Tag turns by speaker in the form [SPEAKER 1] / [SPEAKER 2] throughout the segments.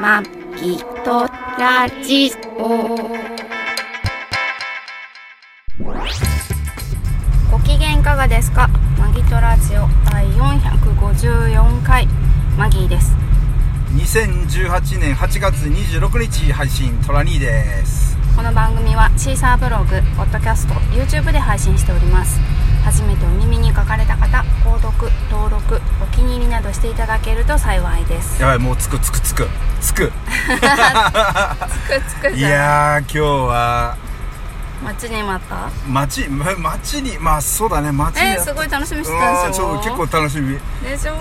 [SPEAKER 1] まきとラジオ。ご機嫌いかがですか。マギトラジオ第454回マギーです。
[SPEAKER 2] 2018年8月26日配信トラニーです
[SPEAKER 1] この番組はシーサーブログ、ポッドキャスト、YouTube で配信しております。初めてお耳に書かれた方、購読、登録、お気に入りなどしていただけると幸いです。
[SPEAKER 2] やばいもうつくつくつくつ
[SPEAKER 1] つく
[SPEAKER 2] く
[SPEAKER 1] つく
[SPEAKER 2] い
[SPEAKER 1] じゃん。
[SPEAKER 2] やー今日は
[SPEAKER 1] 待ちに待った。
[SPEAKER 2] 街ま街にまあそうだね街に
[SPEAKER 1] えー、すごい楽しみにしてたんでし
[SPEAKER 2] う
[SPEAKER 1] ょ
[SPEAKER 2] んそう結構楽しみ
[SPEAKER 1] でしょ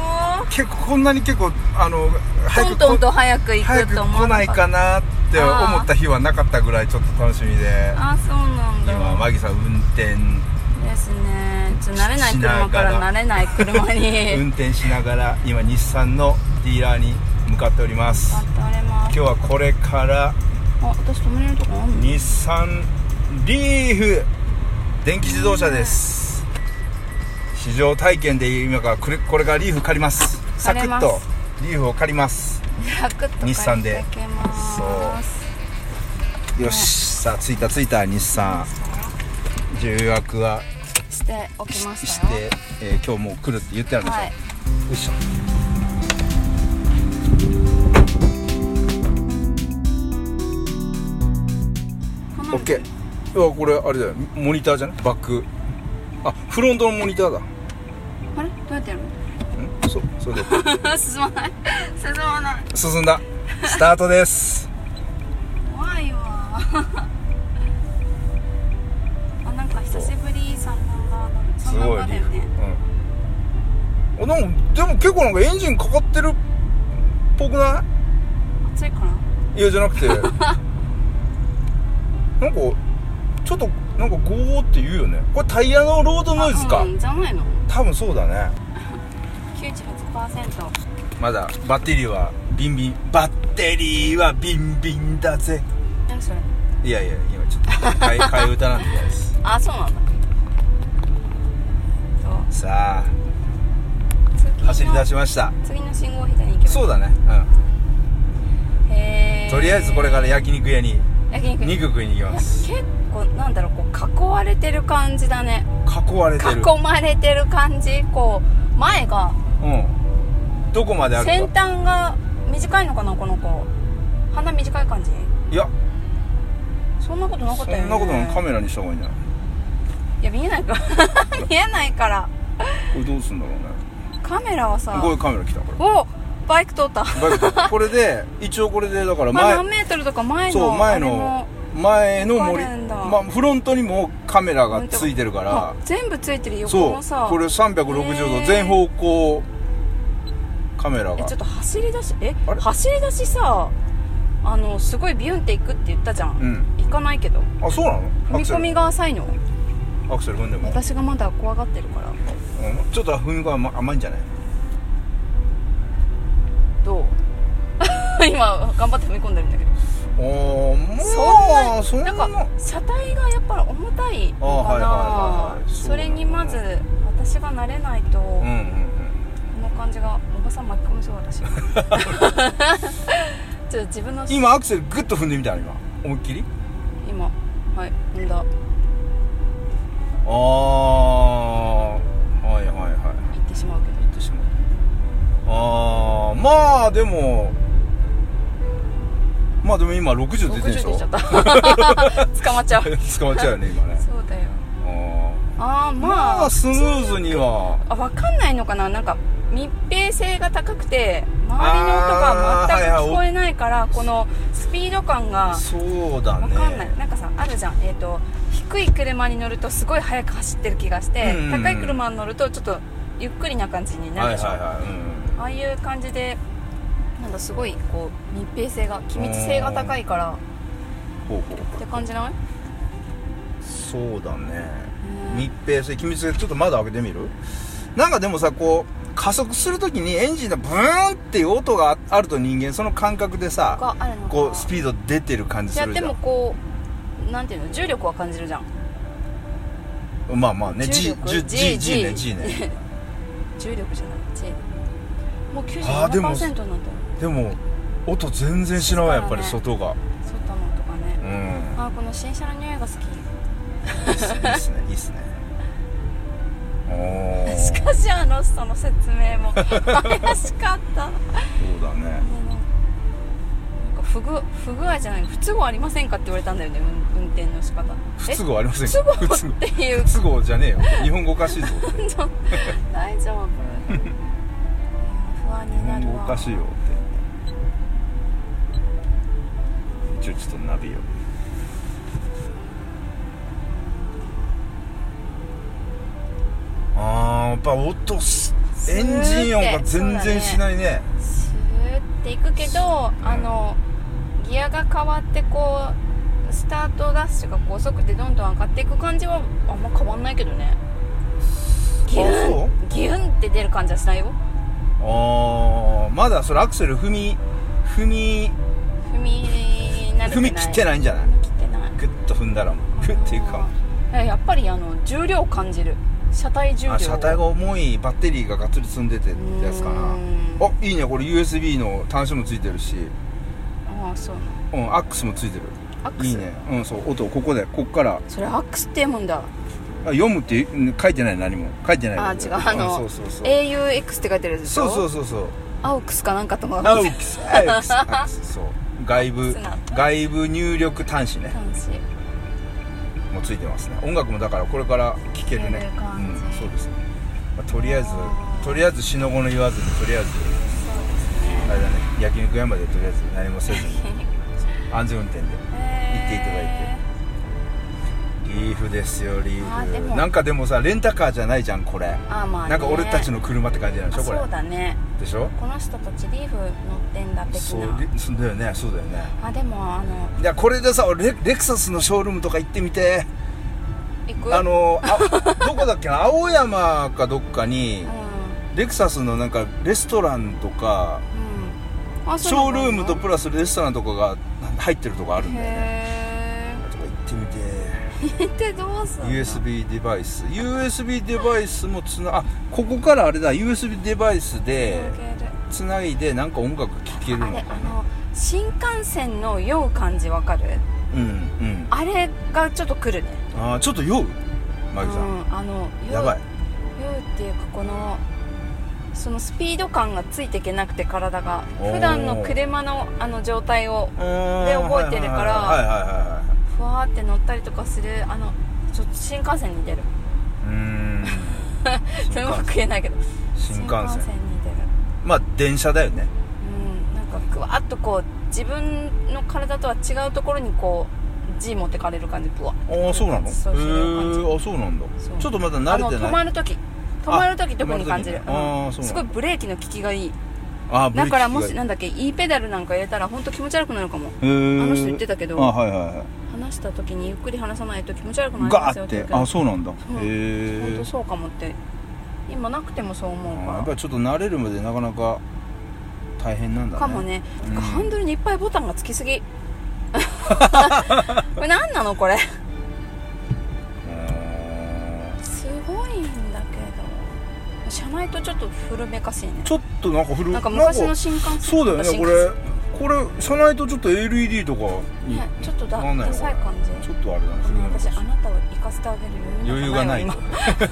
[SPEAKER 2] 結構こんなに結構あの
[SPEAKER 1] トントンと早く行
[SPEAKER 2] 早
[SPEAKER 1] く
[SPEAKER 2] く
[SPEAKER 1] と思わ
[SPEAKER 2] 来ないかなって思った日はなかったぐらいちょっと楽しみで
[SPEAKER 1] あそうなんだ
[SPEAKER 2] 今マギさん運転
[SPEAKER 1] ですねちょっと慣れない
[SPEAKER 2] しなが
[SPEAKER 1] 車
[SPEAKER 2] ら
[SPEAKER 1] から慣れない 車に
[SPEAKER 2] 運転しながら今日産のディーラーに向かっております
[SPEAKER 1] 乗っておりま
[SPEAKER 2] 今
[SPEAKER 1] す
[SPEAKER 2] 日はこれか
[SPEAKER 1] あ
[SPEAKER 2] ら
[SPEAKER 1] 私止めれるとこあんの
[SPEAKER 2] 日産リーフ電気自動車です試乗体験で今からこれこれからリーフ借りますサ
[SPEAKER 1] 借
[SPEAKER 2] ク
[SPEAKER 1] りま
[SPEAKER 2] ッ
[SPEAKER 1] す
[SPEAKER 2] とリーフを借ります
[SPEAKER 1] サクッと
[SPEAKER 2] 日産
[SPEAKER 1] 借
[SPEAKER 2] で
[SPEAKER 1] りてきます
[SPEAKER 2] よしさあ着いた着いた日産重役は
[SPEAKER 1] しておき
[SPEAKER 2] し
[SPEAKER 1] まし
[SPEAKER 2] した
[SPEAKER 1] よ
[SPEAKER 2] て、えー今日もう来るって言ってあるでしょ、
[SPEAKER 1] はい
[SPEAKER 2] よいしょ
[SPEAKER 1] 花
[SPEAKER 2] オッケーうわこれあれだよモニターじゃないバックあフロントのモニターだ
[SPEAKER 1] あれどうやってやる
[SPEAKER 2] んそ それで
[SPEAKER 1] の進まない進まない
[SPEAKER 2] 進んだスタートです
[SPEAKER 1] 怖いわあなんか久しぶり三段バーだ
[SPEAKER 2] す
[SPEAKER 1] 三段
[SPEAKER 2] ご
[SPEAKER 1] バ
[SPEAKER 2] い
[SPEAKER 1] ーだ
[SPEAKER 2] リー
[SPEAKER 1] よね
[SPEAKER 2] フ、うん、あなんかでも結構なんかエンジンかかってるっぽくな
[SPEAKER 1] 暑いから
[SPEAKER 2] いいやじゃな くてなんかちょっとなんかゴーって言うよねこれタイヤのロードノイズか
[SPEAKER 1] うんじゃないの
[SPEAKER 2] 多分そうだね
[SPEAKER 1] 98%
[SPEAKER 2] まだバッテリーはビンビンバッテリーはビンビンだぜ
[SPEAKER 1] 何それ
[SPEAKER 2] いやいや今 ちょっと替え替え歌なんで嫌です
[SPEAKER 1] あそうなんだ
[SPEAKER 2] さ
[SPEAKER 1] えっと次の
[SPEAKER 2] あ走り出しました
[SPEAKER 1] 次の信号を左に行けば
[SPEAKER 2] そう
[SPEAKER 1] う
[SPEAKER 2] だね
[SPEAKER 1] へ
[SPEAKER 2] う
[SPEAKER 1] え
[SPEAKER 2] んとりあえずこれから焼肉屋に
[SPEAKER 1] 焼肉
[SPEAKER 2] 肉食いに行き
[SPEAKER 1] いや
[SPEAKER 2] ま
[SPEAKER 1] 結
[SPEAKER 2] す
[SPEAKER 1] 構なんだろうこう囲われてる感じだね
[SPEAKER 2] 囲われてる
[SPEAKER 1] 囲まれてる感じこう前が
[SPEAKER 2] うんどこまであ
[SPEAKER 1] 先
[SPEAKER 2] るか
[SPEAKER 1] 端が短いのかなこの子鼻短い感じ
[SPEAKER 2] いや
[SPEAKER 1] そんなことなか
[SPEAKER 2] そ
[SPEAKER 1] っ
[SPEAKER 2] ん
[SPEAKER 1] たよね
[SPEAKER 2] なことないカメラにした方がいいんじゃない
[SPEAKER 1] いや見えないから 見えないから
[SPEAKER 2] これどうすんだろうね
[SPEAKER 1] カメラはさ
[SPEAKER 2] こういうカメラ来た こ
[SPEAKER 1] おバイク通った
[SPEAKER 2] れバイクこれで一応これでだから
[SPEAKER 1] まあ、何
[SPEAKER 2] 前
[SPEAKER 1] メートルとか前の
[SPEAKER 2] そう前
[SPEAKER 1] あれも
[SPEAKER 2] の前の森
[SPEAKER 1] わかるんだ
[SPEAKER 2] まあフロントにもカメラがついてるか
[SPEAKER 1] あ
[SPEAKER 2] ら
[SPEAKER 1] 全部ついてる横
[SPEAKER 2] そ
[SPEAKER 1] も
[SPEAKER 2] う
[SPEAKER 1] さ
[SPEAKER 2] これ
[SPEAKER 1] へ
[SPEAKER 2] 360
[SPEAKER 1] ー
[SPEAKER 2] 度全方向カメラ
[SPEAKER 1] え
[SPEAKER 2] が
[SPEAKER 1] ちょっと走り出しえ
[SPEAKER 2] あれ
[SPEAKER 1] 走り出しさあのすごいビュンって行くって言ったじゃん、
[SPEAKER 2] うん
[SPEAKER 1] 行かないけど
[SPEAKER 2] あそうなの
[SPEAKER 1] 踏
[SPEAKER 2] ア
[SPEAKER 1] み
[SPEAKER 2] クセ
[SPEAKER 1] 込
[SPEAKER 2] ル
[SPEAKER 1] みが浅いの
[SPEAKER 2] アクセル踏んでも
[SPEAKER 1] 私がまだ怖がってるから
[SPEAKER 2] うんちょっと踏み込み甘甘いんじゃない
[SPEAKER 1] どう 今頑張って踏み込んでるんだけど
[SPEAKER 2] おーまあ
[SPEAKER 1] そ
[SPEAKER 2] そ
[SPEAKER 1] ん
[SPEAKER 2] ん
[SPEAKER 1] な
[SPEAKER 2] な
[SPEAKER 1] なんか車体がやっぱり重たいの
[SPEAKER 2] あはいはい
[SPEAKER 1] か
[SPEAKER 2] はいはい
[SPEAKER 1] な
[SPEAKER 2] そう
[SPEAKER 1] それにまず私が慣れないと、
[SPEAKER 2] うんうん
[SPEAKER 1] この感じがおばさん巻き込みそう 私 ちょっと自分の
[SPEAKER 2] うん今アクセルグッと踏んでみたの今思いっきり
[SPEAKER 1] 今はい踏んだ
[SPEAKER 2] ああはいはいはい
[SPEAKER 1] 行ってしまうけど
[SPEAKER 2] やってしまうああまあでもまあでも今60出てるでし
[SPEAKER 1] 60
[SPEAKER 2] ょ
[SPEAKER 1] 出ちゃった 捕まっちゃう
[SPEAKER 2] 捕まっちゃうよね今 ね
[SPEAKER 1] そうだよ
[SPEAKER 2] あ
[SPEAKER 1] ああ
[SPEAKER 2] ー
[SPEAKER 1] まあ、
[SPEAKER 2] まあスムーズには
[SPEAKER 1] あ分かんないのかななんか密閉性が高くて周りの音が全く聞こえないからこのスピード感が
[SPEAKER 2] そうだ
[SPEAKER 1] 分
[SPEAKER 2] ね
[SPEAKER 1] かんない、なんかさあるじゃんえっ、と低い車に乗るとすごい速く走ってる気がして、
[SPEAKER 2] うんうんうん
[SPEAKER 1] 高い車に乗るとちょっとゆっくりな感じにな
[SPEAKER 2] は
[SPEAKER 1] る
[SPEAKER 2] い
[SPEAKER 1] で
[SPEAKER 2] はい
[SPEAKER 1] しょ、
[SPEAKER 2] はい、うん
[SPEAKER 1] ああいう感じでなんだすごいこう密閉性が機密性が高いから
[SPEAKER 2] ほうほう
[SPEAKER 1] って感じない
[SPEAKER 2] そうだね
[SPEAKER 1] うん
[SPEAKER 2] 密閉性機密性ちょっと窓開けてみるなんかでもさこう加速するときにエンジンのブーンっていう音があると人間その感覚でさ
[SPEAKER 1] があるのか
[SPEAKER 2] こうスピード出てる感じ
[SPEAKER 1] い
[SPEAKER 2] す
[SPEAKER 1] や
[SPEAKER 2] るじ
[SPEAKER 1] で
[SPEAKER 2] ゃ
[SPEAKER 1] もこうなんていうの重力は感じるじゃん
[SPEAKER 2] んまあまあね
[SPEAKER 1] 重
[SPEAKER 2] G,
[SPEAKER 1] 力
[SPEAKER 2] G, G, G ね G ね
[SPEAKER 1] 重力じゃない G もう
[SPEAKER 2] あーでも
[SPEAKER 1] 97%になったよ
[SPEAKER 2] でも音全然しないわやっぱり
[SPEAKER 1] 静
[SPEAKER 2] 外
[SPEAKER 1] 外のとか
[SPEAKER 2] が
[SPEAKER 1] ね
[SPEAKER 2] う、ん
[SPEAKER 1] あーこの新車の匂いが好
[SPEAKER 2] いいっすねいいっすねお
[SPEAKER 1] き
[SPEAKER 2] ー
[SPEAKER 1] し
[SPEAKER 2] そ
[SPEAKER 1] かしあの人の説明も怪しかったね
[SPEAKER 2] うだね
[SPEAKER 1] なんか不具不具合じゃない不都合ありませんかって言われたんだよね運運転の仕方
[SPEAKER 2] 不都合ありませ
[SPEAKER 1] え
[SPEAKER 2] んか
[SPEAKER 1] 不都
[SPEAKER 2] 不都
[SPEAKER 1] 合
[SPEAKER 2] 合
[SPEAKER 1] っていう
[SPEAKER 2] 不都合じゃねえよ日本語おかしいぞって
[SPEAKER 1] 大丈 夫いや不安
[SPEAKER 2] 日
[SPEAKER 1] にな
[SPEAKER 2] 本
[SPEAKER 1] る
[SPEAKER 2] 語お
[SPEAKER 1] わ
[SPEAKER 2] かしいよって一応ちょっとナビをあーやっぱ音す
[SPEAKER 1] スー
[SPEAKER 2] エ
[SPEAKER 1] ッて
[SPEAKER 2] ンジン音が全然しないね
[SPEAKER 1] スーっていくけど、
[SPEAKER 2] ん
[SPEAKER 1] あのギアが変わってこうスタートダッシュがこう遅くてどんどん上がっていく感じはあんま変わんないけどねギュ
[SPEAKER 2] あそ
[SPEAKER 1] ン
[SPEAKER 2] う
[SPEAKER 1] ギュンって出る感じはしないよ
[SPEAKER 2] あーまだそれアクセル踏み踏み
[SPEAKER 1] 踏み慣れてない
[SPEAKER 2] 踏み切って
[SPEAKER 1] い
[SPEAKER 2] ないんじゃない
[SPEAKER 1] 踏み切ってない
[SPEAKER 2] グッと踏んだらもうグッていくかも
[SPEAKER 1] あーやっぱりあの重量を感じる車体重量
[SPEAKER 2] あ車体が重いバッテリーががっつり積んでてってやつかな
[SPEAKER 1] うーん
[SPEAKER 2] あいいねこれ USB の端子もついてるし
[SPEAKER 1] ああそう
[SPEAKER 2] うんアックスもついてる
[SPEAKER 1] アックス
[SPEAKER 2] いいねうんそう音ここでこっから
[SPEAKER 1] それアックスって読むんだ
[SPEAKER 2] あ読むってうん書いてない何も書いてない
[SPEAKER 1] あ違うあの
[SPEAKER 2] うんそうそうそう
[SPEAKER 1] AUX って書いてるでし
[SPEAKER 2] そ
[SPEAKER 1] ょ
[SPEAKER 2] うそうそうそう
[SPEAKER 1] アウクスかなんかと思う
[SPEAKER 2] アウクスアウクス アウクスそう外部
[SPEAKER 1] アックスな
[SPEAKER 2] 外部入力端子ね
[SPEAKER 1] 楽しい
[SPEAKER 2] もうついてますね音楽もだからこれから聴ける
[SPEAKER 1] 聴け
[SPEAKER 2] ね
[SPEAKER 1] る感じ
[SPEAKER 2] うんそうですね、まあとりあえずとりあえず死の子の言わずにとりあえず
[SPEAKER 1] そうですね
[SPEAKER 2] あれだね焼肉屋までとりあえず何もせずに 安全運転で
[SPEAKER 1] 行
[SPEAKER 2] っていただいリーフですよリ
[SPEAKER 1] あで
[SPEAKER 2] ー
[SPEAKER 1] も
[SPEAKER 2] フなんかでもさレンタカーじゃないじゃんこれ
[SPEAKER 1] あーまあ、ね、
[SPEAKER 2] なんか俺たちの車って感じなんでしょ
[SPEAKER 1] あ
[SPEAKER 2] これ
[SPEAKER 1] そうだね
[SPEAKER 2] でしょ
[SPEAKER 1] この人たちリーフ乗ってんだ的
[SPEAKER 2] そう
[SPEAKER 1] な
[SPEAKER 2] でそうだよねそうだよね
[SPEAKER 1] あでもあの
[SPEAKER 2] いやこれでさ俺レレクサスのショールームとか行ってみて
[SPEAKER 1] 行く
[SPEAKER 2] あのあ どこだっけな青山かどっかに
[SPEAKER 1] う
[SPEAKER 2] レクサスのなんかレストランとか
[SPEAKER 1] ん、うん、あ
[SPEAKER 2] ショールームと
[SPEAKER 1] プ
[SPEAKER 2] プラスレストランとかが入ってるとこあるんだよね
[SPEAKER 1] へ
[SPEAKER 2] とか行ってみて
[SPEAKER 1] えってどうすんの
[SPEAKER 2] USB デバイス USB デバイスもつなあここからあれだ USB デバイスで
[SPEAKER 1] 広げる
[SPEAKER 2] つないでなんか音楽聴ける
[SPEAKER 1] あ
[SPEAKER 2] の
[SPEAKER 1] れあ
[SPEAKER 2] かな
[SPEAKER 1] の新幹線の酔う感じわかる
[SPEAKER 2] うんうん
[SPEAKER 1] あれがちょっと来るね
[SPEAKER 2] あーちょっと酔うマギさん、
[SPEAKER 1] うん、あの酔う
[SPEAKER 2] やばい
[SPEAKER 1] 酔うっていうかこのそのスピード感がついていけなくて体が
[SPEAKER 2] おー
[SPEAKER 1] 普段の車のあの状態を
[SPEAKER 2] で
[SPEAKER 1] 覚えてるから
[SPEAKER 2] はいはいはいはいはいはい
[SPEAKER 1] ふわーって乗ったりとかするあのちょっと新幹線に似てる
[SPEAKER 2] うーん
[SPEAKER 1] それうまく言えないけど
[SPEAKER 2] 新幹線
[SPEAKER 1] に似てる
[SPEAKER 2] まあ電車だよね
[SPEAKER 1] うんなんかぐわっとこう自分の体とは違うところにこう G 持ってかれる感じぶわ
[SPEAKER 2] ああそうなのへ
[SPEAKER 1] そうそういう感
[SPEAKER 2] えあそうなんだ
[SPEAKER 1] そう
[SPEAKER 2] ちょっとまだ
[SPEAKER 1] じあ
[SPEAKER 2] 慣
[SPEAKER 1] の
[SPEAKER 2] れて
[SPEAKER 1] 止
[SPEAKER 2] な
[SPEAKER 1] ま
[SPEAKER 2] い
[SPEAKER 1] る時止まる時
[SPEAKER 2] あ
[SPEAKER 1] 特に感じる
[SPEAKER 2] 止まる時ねあーそうなんだ
[SPEAKER 1] すごいブレーキの効きがいい
[SPEAKER 2] あーブレ
[SPEAKER 1] だ
[SPEAKER 2] ーキ
[SPEAKER 1] からもし
[SPEAKER 2] が
[SPEAKER 1] なんだっけ E ペダルなんか入れたら本当気持ち悪くなるかも
[SPEAKER 2] へー
[SPEAKER 1] あの人言ってたけど
[SPEAKER 2] あはいはいはい
[SPEAKER 1] 話した時にゆっくり話さないと気持ち悪くなりま
[SPEAKER 2] ガ
[SPEAKER 1] す
[SPEAKER 2] ー
[SPEAKER 1] よ
[SPEAKER 2] っ
[SPEAKER 1] って言
[SPEAKER 2] て
[SPEAKER 1] うけど
[SPEAKER 2] あそうなんだへ
[SPEAKER 1] うん本
[SPEAKER 2] え
[SPEAKER 1] 当そうかもって今なくてもそう思う
[SPEAKER 2] あーやっ
[SPEAKER 1] か
[SPEAKER 2] ぱりちょっと慣れるまでなかなか大変なんだ
[SPEAKER 1] ら
[SPEAKER 2] ね
[SPEAKER 1] かもね、
[SPEAKER 2] うん
[SPEAKER 1] ハンドルにいっぱいボタンがつき すぎこれ何なのこれ
[SPEAKER 2] うーん
[SPEAKER 1] すごいんだけど車内とちょっと古めかしいね
[SPEAKER 2] ちょっとなんか古
[SPEAKER 1] なんか昔の
[SPEAKER 2] なんか
[SPEAKER 1] 新幹線
[SPEAKER 2] そうだよね
[SPEAKER 1] 新
[SPEAKER 2] こ
[SPEAKER 1] 幹
[SPEAKER 2] れこれ車内とちょっと LED とかに、
[SPEAKER 1] ねちょっとだ
[SPEAKER 2] なんない
[SPEAKER 1] ダ
[SPEAKER 2] のか
[SPEAKER 1] サい
[SPEAKER 2] な
[SPEAKER 1] 感じ
[SPEAKER 2] ちょっとあれだね
[SPEAKER 1] あ
[SPEAKER 2] 古
[SPEAKER 1] の
[SPEAKER 2] めかし
[SPEAKER 1] 私
[SPEAKER 2] い
[SPEAKER 1] あなたを行かせてあげる
[SPEAKER 2] 余
[SPEAKER 1] 余
[SPEAKER 2] 裕
[SPEAKER 1] 裕
[SPEAKER 2] が
[SPEAKER 1] が
[SPEAKER 2] な
[SPEAKER 1] ないい
[SPEAKER 2] と
[SPEAKER 1] わ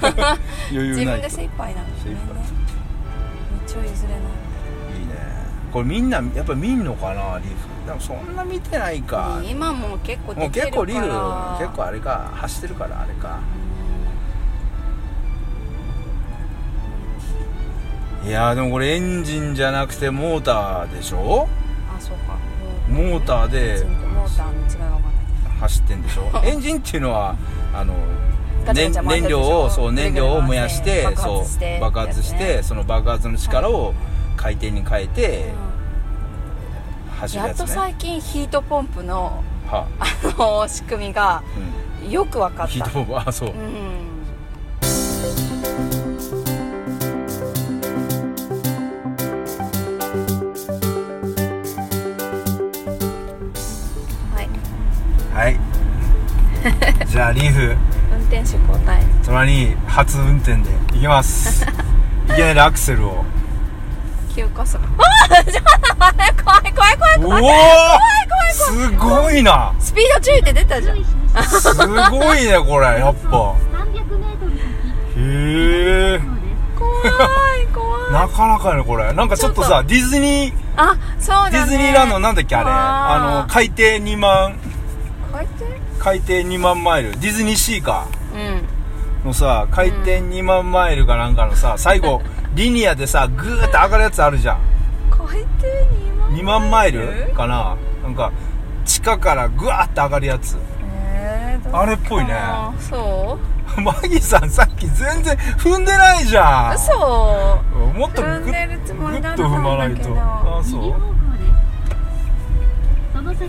[SPEAKER 2] 余
[SPEAKER 1] 今
[SPEAKER 2] 裕
[SPEAKER 1] 自
[SPEAKER 2] ない
[SPEAKER 1] 分
[SPEAKER 2] と
[SPEAKER 1] で精一杯なの
[SPEAKER 2] 精一杯
[SPEAKER 1] ごめんね道を譲れない
[SPEAKER 2] いいねこれみんなやっぱ見んのかなリーフでもそんな見てないか
[SPEAKER 1] 今もう結構
[SPEAKER 2] も
[SPEAKER 1] で
[SPEAKER 2] う
[SPEAKER 1] きてるから
[SPEAKER 2] 結構リーフ結構あれか走ってるからあれかいやーでもこれエンジンじゃなくてモーターでしょ
[SPEAKER 1] あそうか
[SPEAKER 2] モーターで
[SPEAKER 1] エンジンとモーターの違いが分かんない
[SPEAKER 2] 走ってんで しょエンジンっていうのはあの
[SPEAKER 1] ガチャ
[SPEAKER 2] 燃
[SPEAKER 1] ガチャ回ってるで
[SPEAKER 2] 燃
[SPEAKER 1] しょ
[SPEAKER 2] 料をそう
[SPEAKER 1] ぐる
[SPEAKER 2] 燃
[SPEAKER 1] ぐる
[SPEAKER 2] 料を燃やして
[SPEAKER 1] 回って
[SPEAKER 2] そう
[SPEAKER 1] 爆発して
[SPEAKER 2] 爆発して、
[SPEAKER 1] やつね
[SPEAKER 2] その爆発の力を回転に変えて
[SPEAKER 1] うん
[SPEAKER 2] 走る
[SPEAKER 1] や
[SPEAKER 2] や
[SPEAKER 1] っ
[SPEAKER 2] つね、
[SPEAKER 1] と最近ヒートポンプの
[SPEAKER 2] は
[SPEAKER 1] あの仕組みが
[SPEAKER 2] う
[SPEAKER 1] よく分か
[SPEAKER 2] ん、
[SPEAKER 1] っ
[SPEAKER 2] ひ
[SPEAKER 1] た
[SPEAKER 2] どいあそう、
[SPEAKER 1] うんはい
[SPEAKER 2] はい じゃあリーフ
[SPEAKER 1] 運転手交代
[SPEAKER 2] 隣に初運転で行きますいきなりアクセルを
[SPEAKER 1] 急加速あーちょっと待って怖い怖い怖い怖い怖い怖い怖い
[SPEAKER 2] すごいな
[SPEAKER 1] スピード注意って出たじゃん
[SPEAKER 2] すごいねこれやっぱ
[SPEAKER 3] 300メートル先
[SPEAKER 2] へえ
[SPEAKER 1] 怖 い怖い
[SPEAKER 2] なかなかやねこれなんかちょっと
[SPEAKER 1] ちょっ
[SPEAKER 2] さディズニー
[SPEAKER 1] あそうだね
[SPEAKER 2] ディズニーランドなんだっけあれ
[SPEAKER 1] あー
[SPEAKER 2] あの海底2万
[SPEAKER 1] 海底
[SPEAKER 2] 海底2万マイルディズニーシーか
[SPEAKER 1] うん
[SPEAKER 2] のさ回転2万マイルかなんかのさ最後リニアでさグーって上がるやつあるじゃん
[SPEAKER 1] 海底2万
[SPEAKER 2] 2万マイルかななんか地下からグワーって上がるやつ
[SPEAKER 1] えーどうかな
[SPEAKER 2] あれっぽいね
[SPEAKER 1] そう
[SPEAKER 2] マギさんさっき全然踏んでないじゃん
[SPEAKER 1] 嘘
[SPEAKER 2] もっとグ
[SPEAKER 1] 踏んで
[SPEAKER 2] ッ
[SPEAKER 1] るつ
[SPEAKER 2] グ
[SPEAKER 1] もりだ
[SPEAKER 2] ッ
[SPEAKER 1] っ
[SPEAKER 2] と
[SPEAKER 1] た
[SPEAKER 2] 踏
[SPEAKER 1] ん
[SPEAKER 2] まな
[SPEAKER 1] だ
[SPEAKER 2] い
[SPEAKER 1] け
[SPEAKER 2] と
[SPEAKER 1] ど
[SPEAKER 2] ああ
[SPEAKER 3] 右
[SPEAKER 2] そ
[SPEAKER 3] 方
[SPEAKER 2] う
[SPEAKER 3] 向ですその先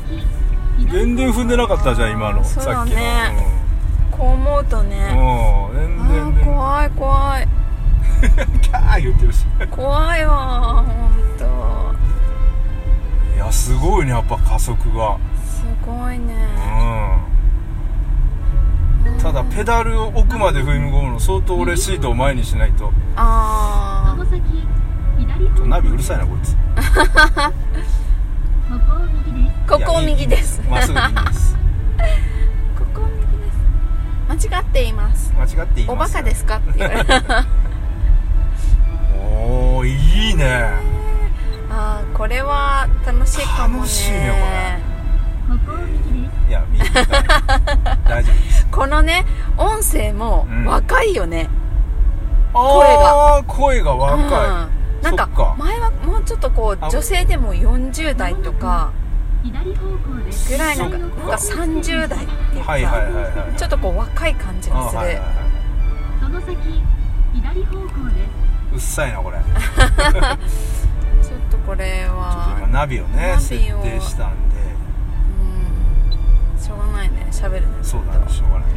[SPEAKER 2] 全然踏んでなかったじゃん今の
[SPEAKER 1] そ
[SPEAKER 2] さ
[SPEAKER 1] うだ
[SPEAKER 2] っ
[SPEAKER 1] ね
[SPEAKER 2] きの
[SPEAKER 1] こう思うとねあ
[SPEAKER 2] うんうん全
[SPEAKER 1] ー
[SPEAKER 2] 然ね
[SPEAKER 1] 怖い怖い
[SPEAKER 2] キャー言ってるし
[SPEAKER 1] 怖いわ本当
[SPEAKER 2] いやすごいねやっぱ加速が
[SPEAKER 1] すごいね
[SPEAKER 2] うんただペダルを奥まで踏み込むの相当俺シートを前にしないと
[SPEAKER 1] あ
[SPEAKER 3] その先左方向
[SPEAKER 2] ナビうるさいなこいつ
[SPEAKER 3] ここを右です
[SPEAKER 1] ーここを
[SPEAKER 2] い
[SPEAKER 1] 右です
[SPEAKER 2] やいいまっすぐでいい です
[SPEAKER 1] ここを右です間違っています
[SPEAKER 2] 間違っています
[SPEAKER 1] おバカですかっていう
[SPEAKER 2] おおいいね
[SPEAKER 1] ああこれは楽しいかもね
[SPEAKER 2] 楽しいね
[SPEAKER 3] ここを右です
[SPEAKER 2] いや見てない大丈夫 です
[SPEAKER 1] このね音声も
[SPEAKER 2] うん
[SPEAKER 1] 若いよね、
[SPEAKER 2] あー声が
[SPEAKER 1] うん
[SPEAKER 2] 若
[SPEAKER 1] なんか
[SPEAKER 2] そっか
[SPEAKER 1] 前はもうちょっとこう
[SPEAKER 2] あ
[SPEAKER 1] 女性でも40代とか
[SPEAKER 3] 左方向です
[SPEAKER 1] ぐらいのが
[SPEAKER 2] そ
[SPEAKER 1] な
[SPEAKER 2] っ
[SPEAKER 1] ん
[SPEAKER 2] か
[SPEAKER 1] か30代って
[SPEAKER 2] い
[SPEAKER 1] いうか、
[SPEAKER 2] はいはいはいはい
[SPEAKER 1] ちょっとこう若い感じ
[SPEAKER 2] あ
[SPEAKER 1] が
[SPEAKER 2] ー
[SPEAKER 1] する、
[SPEAKER 2] はいはいは
[SPEAKER 3] その先左方向で
[SPEAKER 2] い
[SPEAKER 3] す
[SPEAKER 2] うっさいなこれちょっ
[SPEAKER 1] ちょっとこれ
[SPEAKER 2] と今
[SPEAKER 1] は
[SPEAKER 2] ナビを
[SPEAKER 1] ナビ
[SPEAKER 2] ね
[SPEAKER 1] を
[SPEAKER 2] 設定したんで
[SPEAKER 1] うんしょうがないね喋るね
[SPEAKER 2] そうだねしょうがない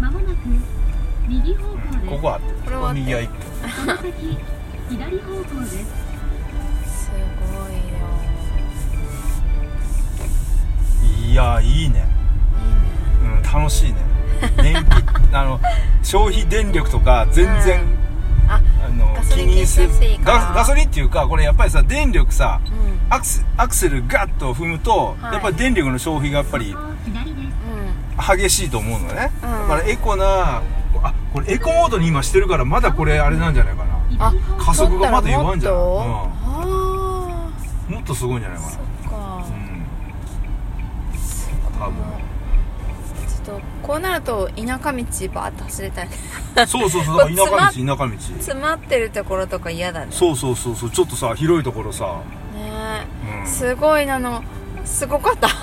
[SPEAKER 3] まもなく右方向
[SPEAKER 2] うん
[SPEAKER 3] です、
[SPEAKER 2] ここは合ってる
[SPEAKER 1] これは合っ
[SPEAKER 2] ここ
[SPEAKER 1] てる
[SPEAKER 2] 右は一本
[SPEAKER 3] その先左方向です
[SPEAKER 1] すごいよ
[SPEAKER 2] いやいいねうん楽 しいね電気あの消費電力とか全然、
[SPEAKER 1] うんあ
[SPEAKER 2] あの
[SPEAKER 1] ガソリン気にせずでいいから
[SPEAKER 2] ガガソリンっていうかこれやっぱりさ電力さ
[SPEAKER 1] いいね
[SPEAKER 2] アクセアクセルガッと踏むと、
[SPEAKER 1] はい
[SPEAKER 2] やっぱり電力の消費がやっぱ
[SPEAKER 3] こ
[SPEAKER 2] り
[SPEAKER 3] こを左です
[SPEAKER 1] うん
[SPEAKER 2] 激しいと思うのね、
[SPEAKER 1] うん
[SPEAKER 2] だからエコなあこれエコモードに今してるからまだこれあれなんじゃないかな
[SPEAKER 3] 左
[SPEAKER 1] あ
[SPEAKER 3] 方向
[SPEAKER 2] 加速がまだ弱いんじゃない
[SPEAKER 1] 取ったらもっとあ
[SPEAKER 2] もっとすごいんじゃない
[SPEAKER 1] あ
[SPEAKER 2] か
[SPEAKER 1] そ
[SPEAKER 2] な
[SPEAKER 1] っか
[SPEAKER 2] うん
[SPEAKER 1] ちょっとこうなると田舎道バーって走りたいね
[SPEAKER 2] 多分そうそうそうだから田舎道田舎道
[SPEAKER 1] 詰まってるところとか嫌だね
[SPEAKER 2] そうそうそうそうちょっとさ広いところさ、
[SPEAKER 1] ね
[SPEAKER 2] うん、
[SPEAKER 1] え
[SPEAKER 2] す
[SPEAKER 1] すごいなのすごかった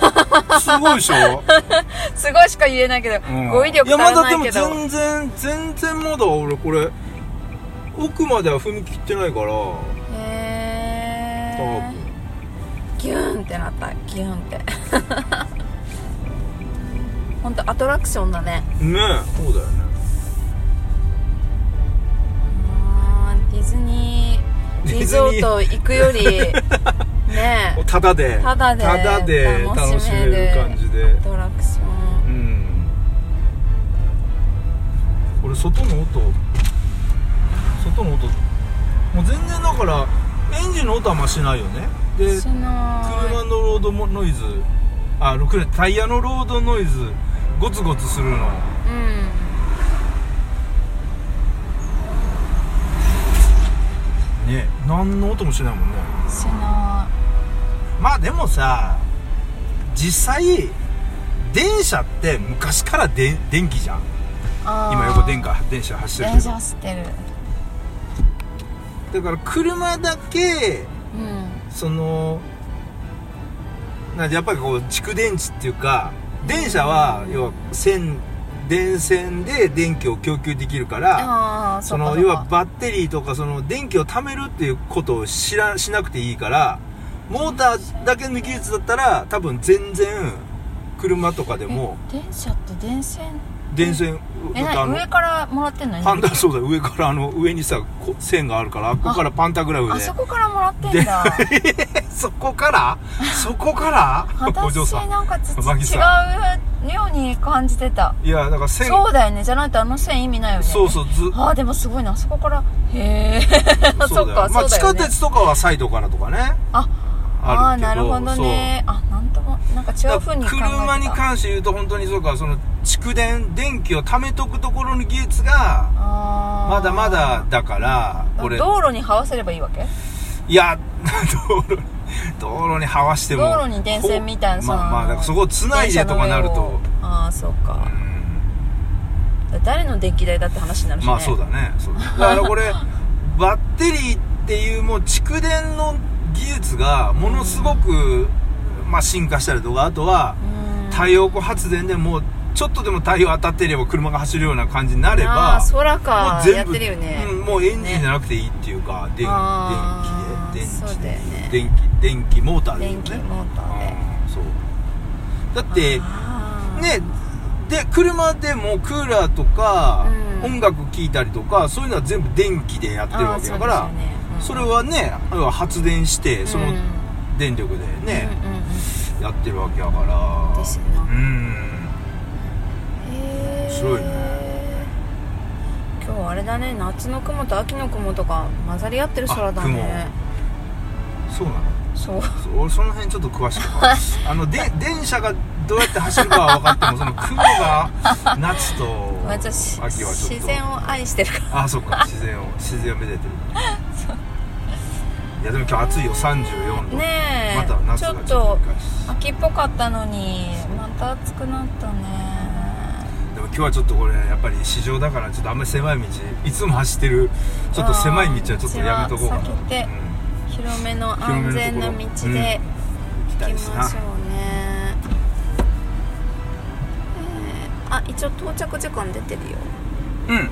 [SPEAKER 2] ごいでしょ
[SPEAKER 1] すごいしか言えないけど、
[SPEAKER 2] うん
[SPEAKER 1] 語彙力足らない
[SPEAKER 2] い
[SPEAKER 1] け
[SPEAKER 2] や
[SPEAKER 1] ど
[SPEAKER 2] まだでも全然全然まだ俺これ奥までは踏み切ってないから多
[SPEAKER 1] へえ
[SPEAKER 2] 分
[SPEAKER 1] ギューンってなったギューンって 本当アトラクションだね
[SPEAKER 2] ねえそうだよね
[SPEAKER 1] あーディズニーリゾート行くより ねえ
[SPEAKER 2] ただで
[SPEAKER 1] タダで
[SPEAKER 2] タダで楽
[SPEAKER 1] 楽し
[SPEAKER 2] し
[SPEAKER 1] め
[SPEAKER 2] め
[SPEAKER 1] る
[SPEAKER 2] る感じで
[SPEAKER 1] アトラクション
[SPEAKER 2] うんこれ外の音外の音もう全然だからエンジンの音はあんましないよねで
[SPEAKER 1] しない
[SPEAKER 2] 車のロードノイズあロクタイヤのロードノイズゴツゴツするの
[SPEAKER 1] う
[SPEAKER 2] ね何の音もしないもんね
[SPEAKER 1] んしな
[SPEAKER 2] まあでもさ実際電車って昔からで電気じゃん
[SPEAKER 1] いあー
[SPEAKER 2] 今横電化電車走ってる
[SPEAKER 1] 電
[SPEAKER 2] け
[SPEAKER 1] 車走ってる
[SPEAKER 2] どだから車だけ
[SPEAKER 1] うん
[SPEAKER 2] そのなんでやっぱりこう蓄電池っていうか電車は要は線電線で電気を供給できるから
[SPEAKER 1] ああ
[SPEAKER 2] その要はバッテリーとかその電気を貯めるっていうことを知らしなくていいからモーターだけの技術だったら多分全然車とかでも
[SPEAKER 1] 電車って電線
[SPEAKER 2] 電線
[SPEAKER 1] え
[SPEAKER 2] だってあ
[SPEAKER 1] な
[SPEAKER 2] の
[SPEAKER 1] 上からもらってんの
[SPEAKER 2] パンタそうだ上からあの上にさこ線があるからあっこからパンタグラフで
[SPEAKER 1] あそこからもらってんだ
[SPEAKER 2] そこからそこからお 嬢
[SPEAKER 1] 私
[SPEAKER 2] さん
[SPEAKER 1] なんかち違
[SPEAKER 2] マギさ
[SPEAKER 1] うように感じてた
[SPEAKER 2] いやだから線
[SPEAKER 1] そうだよねじゃないとあの線意味ないよね
[SPEAKER 2] そうそうず
[SPEAKER 1] あーでもすごいなあそこからへえそっ
[SPEAKER 2] うだよ
[SPEAKER 1] かそ
[SPEAKER 2] まあ
[SPEAKER 1] う
[SPEAKER 2] 地
[SPEAKER 1] だよ
[SPEAKER 2] 下
[SPEAKER 1] ね
[SPEAKER 2] 鉄とかはサイドからとかね
[SPEAKER 1] ああ
[SPEAKER 2] あ
[SPEAKER 1] ー
[SPEAKER 2] るけど
[SPEAKER 1] なるほどねあなんともなんか違う風に考えてた
[SPEAKER 2] 車に関して言うと本当にそうかその蓄電電気を貯めとくところの技術が
[SPEAKER 1] あー
[SPEAKER 2] まだまだだから俺
[SPEAKER 1] 道路に這わせればいいわけ
[SPEAKER 2] いや 道路道路に這わしても
[SPEAKER 1] 道路に電線みたいな
[SPEAKER 2] こうまあまあだからそこをつ
[SPEAKER 1] つ
[SPEAKER 2] ないでとかなると
[SPEAKER 1] ああそうか
[SPEAKER 2] うん
[SPEAKER 1] 誰の電気代だって話になるしね
[SPEAKER 2] まあそうだねそう だねだからこれバッテリーっていうもう蓄電の技術がものすごく、まあ、進化したりとかあとは
[SPEAKER 1] うん
[SPEAKER 2] 太陽光発電でもうちょっとでも太陽当たっていれば車が走るような感じになれ
[SPEAKER 1] あ
[SPEAKER 2] ば
[SPEAKER 1] ー空
[SPEAKER 2] も
[SPEAKER 1] か
[SPEAKER 2] う
[SPEAKER 1] やってるよね、
[SPEAKER 2] うん、もうエンジンじゃなくていいっていうか、電
[SPEAKER 1] あー
[SPEAKER 2] 電気
[SPEAKER 1] そうだよね
[SPEAKER 2] で電気電気電気モーターで
[SPEAKER 1] 電気モーターで
[SPEAKER 2] うんそうだって
[SPEAKER 1] あー
[SPEAKER 2] ねで車でもクーラーとか、
[SPEAKER 1] うん
[SPEAKER 2] 音楽聴いたりとかそういうのは全部電気でやってるわけだから
[SPEAKER 1] あー
[SPEAKER 2] そ,、
[SPEAKER 1] うですよねうん
[SPEAKER 2] れはね要は発電してその
[SPEAKER 1] うん
[SPEAKER 2] 電力でね、
[SPEAKER 1] うんうんうん
[SPEAKER 2] やってるわけだから
[SPEAKER 1] ですよね
[SPEAKER 2] うん
[SPEAKER 1] へー
[SPEAKER 2] 面白いね
[SPEAKER 1] 今日あれだね夏の雲と秋の雲とか混ざり合ってる空だね
[SPEAKER 2] そうなの
[SPEAKER 1] そう
[SPEAKER 2] そう俺その辺ちょっと詳しくわあので電車がどうやって走るかは分かってもその雲が夏と
[SPEAKER 1] まあちょっ
[SPEAKER 2] 秋は
[SPEAKER 1] と
[SPEAKER 2] ちょっと
[SPEAKER 1] 自然を愛してるから
[SPEAKER 2] あそっか自然を自然をめでてるいやでも今日暑いよ34度、
[SPEAKER 1] ねえ
[SPEAKER 2] また夏
[SPEAKER 1] ち
[SPEAKER 2] が
[SPEAKER 1] ょっと秋っぽかったのにまた暑くなったね
[SPEAKER 2] でも今日はちょっとこれやっぱり市場だからちょっとあんまり狭い道いつも走ってるちょっと狭い道はちょっとやめとこうかな
[SPEAKER 1] あー道は避けて
[SPEAKER 2] うん
[SPEAKER 1] 広めの安
[SPEAKER 2] 広めのところ
[SPEAKER 1] 全な道
[SPEAKER 2] うん
[SPEAKER 1] で
[SPEAKER 2] 行き
[SPEAKER 1] 行
[SPEAKER 2] たい
[SPEAKER 1] き
[SPEAKER 2] です
[SPEAKER 1] ま
[SPEAKER 2] な
[SPEAKER 1] しょうね、えーあ一応到着時間出てるよ
[SPEAKER 2] うん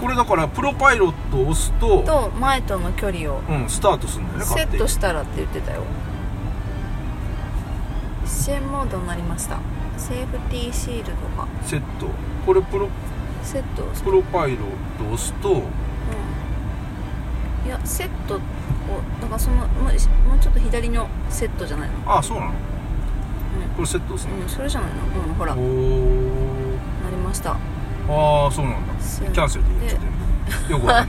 [SPEAKER 2] これだからプロパイロットを押すと
[SPEAKER 1] と前との距離を
[SPEAKER 2] うん、スタートするんだよね
[SPEAKER 1] セ
[SPEAKER 2] 勝手
[SPEAKER 1] ッ
[SPEAKER 2] に
[SPEAKER 1] トしたらって言ってたよ支援モードになりましたセーフティーシールドが
[SPEAKER 2] セットこれプロ
[SPEAKER 1] セットを
[SPEAKER 2] プロパイロットを押すと
[SPEAKER 1] うんいやセットをだからそのもうしもうちょっと左のセットじゃないの
[SPEAKER 2] ああそうなのこれセットですね
[SPEAKER 1] うんそれじゃないのうんほら
[SPEAKER 2] お
[SPEAKER 1] な
[SPEAKER 2] お
[SPEAKER 1] りました
[SPEAKER 2] ああそうなんだ
[SPEAKER 1] キ
[SPEAKER 2] キャンセルでいい
[SPEAKER 1] で
[SPEAKER 2] ちょっとよくわかん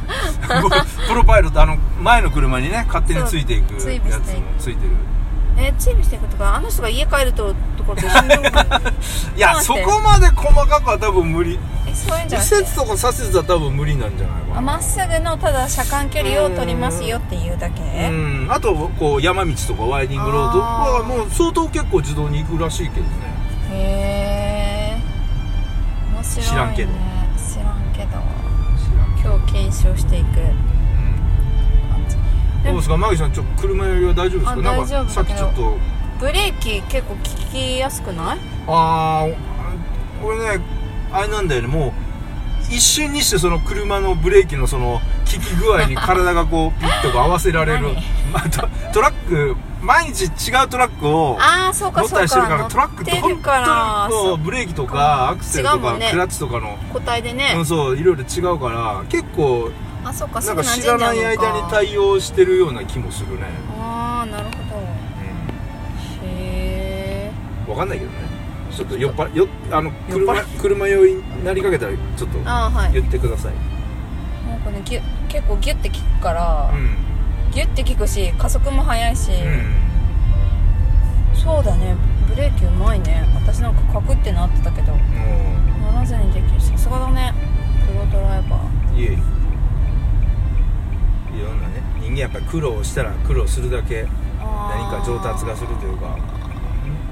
[SPEAKER 2] ない プロパイロットあの前の車 にね勝手についていくやつ
[SPEAKER 1] そう
[SPEAKER 2] も
[SPEAKER 1] 追尾していく
[SPEAKER 2] ついてる
[SPEAKER 1] えー、チームしていくとかあの人が家帰るとところと一緒に飲む
[SPEAKER 2] いや
[SPEAKER 1] 待
[SPEAKER 2] そ
[SPEAKER 1] って
[SPEAKER 2] こまで細かくは多分無理
[SPEAKER 1] えそういうんじゃな
[SPEAKER 2] 右
[SPEAKER 1] く
[SPEAKER 2] 折
[SPEAKER 1] て
[SPEAKER 2] とか左折は多分無理なんじゃないか
[SPEAKER 1] あ
[SPEAKER 2] な
[SPEAKER 1] まっすぐのただ車間距離を取りますよっていうだけ
[SPEAKER 2] うんあとこう山道とかワイディングロード
[SPEAKER 1] あ
[SPEAKER 2] は
[SPEAKER 1] ー
[SPEAKER 2] もう相当結構自動に行くらしいけどね
[SPEAKER 1] へえ面白い、ね、
[SPEAKER 2] 知らんけど
[SPEAKER 1] 知らんけど
[SPEAKER 2] 知らんけど
[SPEAKER 1] 今日検証していく感じ
[SPEAKER 2] どうですか、マギさん、ちょっと車寄りは大丈夫ですか。
[SPEAKER 1] あ
[SPEAKER 2] なん
[SPEAKER 1] 大丈夫
[SPEAKER 2] か、さっきちょっと、
[SPEAKER 1] ブレーキ結構効きやすくない
[SPEAKER 2] ああ、これね、あれなんだよね、もう。一瞬にして、その車のブレーキの、その効き具合に、体がこう、ピッとこう合わせられる。まあ、トトラック、毎日違うトラックを。
[SPEAKER 1] ああそう
[SPEAKER 2] 乗
[SPEAKER 1] か
[SPEAKER 2] っ
[SPEAKER 1] そ
[SPEAKER 2] た
[SPEAKER 1] う
[SPEAKER 2] りしてるから
[SPEAKER 1] か
[SPEAKER 2] トラックって
[SPEAKER 1] 乗って
[SPEAKER 2] 本
[SPEAKER 1] るから
[SPEAKER 2] 当にこ
[SPEAKER 1] そうう
[SPEAKER 2] ブレーキとかアクセル
[SPEAKER 1] 違
[SPEAKER 2] と
[SPEAKER 1] うも
[SPEAKER 2] か
[SPEAKER 1] んね
[SPEAKER 2] クラッチとかの
[SPEAKER 1] 個体でね
[SPEAKER 2] うん、そういろいろ違うから結構
[SPEAKER 1] あそうか
[SPEAKER 2] な
[SPEAKER 1] す
[SPEAKER 2] ん
[SPEAKER 1] ぐ
[SPEAKER 2] か
[SPEAKER 1] 馴
[SPEAKER 2] 知
[SPEAKER 1] 染
[SPEAKER 2] ら
[SPEAKER 1] んじゃうの
[SPEAKER 2] ない
[SPEAKER 1] か
[SPEAKER 2] 間に対応してるような気もするね、
[SPEAKER 1] ああなるほど
[SPEAKER 2] うん
[SPEAKER 1] へえ
[SPEAKER 2] わかんないけどねちょっと酔っ払よあの車車酔いになりかけたらちょっと
[SPEAKER 1] ああはい
[SPEAKER 2] 言ってください、
[SPEAKER 1] なんかねぎゅ結構ギュッて効くから、
[SPEAKER 2] うん
[SPEAKER 1] ギュッて効くし加速も速いし、
[SPEAKER 2] うん
[SPEAKER 1] そうだねブレーキうまいね私なんかカクってなってたけど
[SPEAKER 2] も
[SPEAKER 1] 乗らずにできるさすがだねプロドライバー
[SPEAKER 2] ういえいえいろんなね人間やっぱり苦労したら苦労するだけ何か上達がするというかほん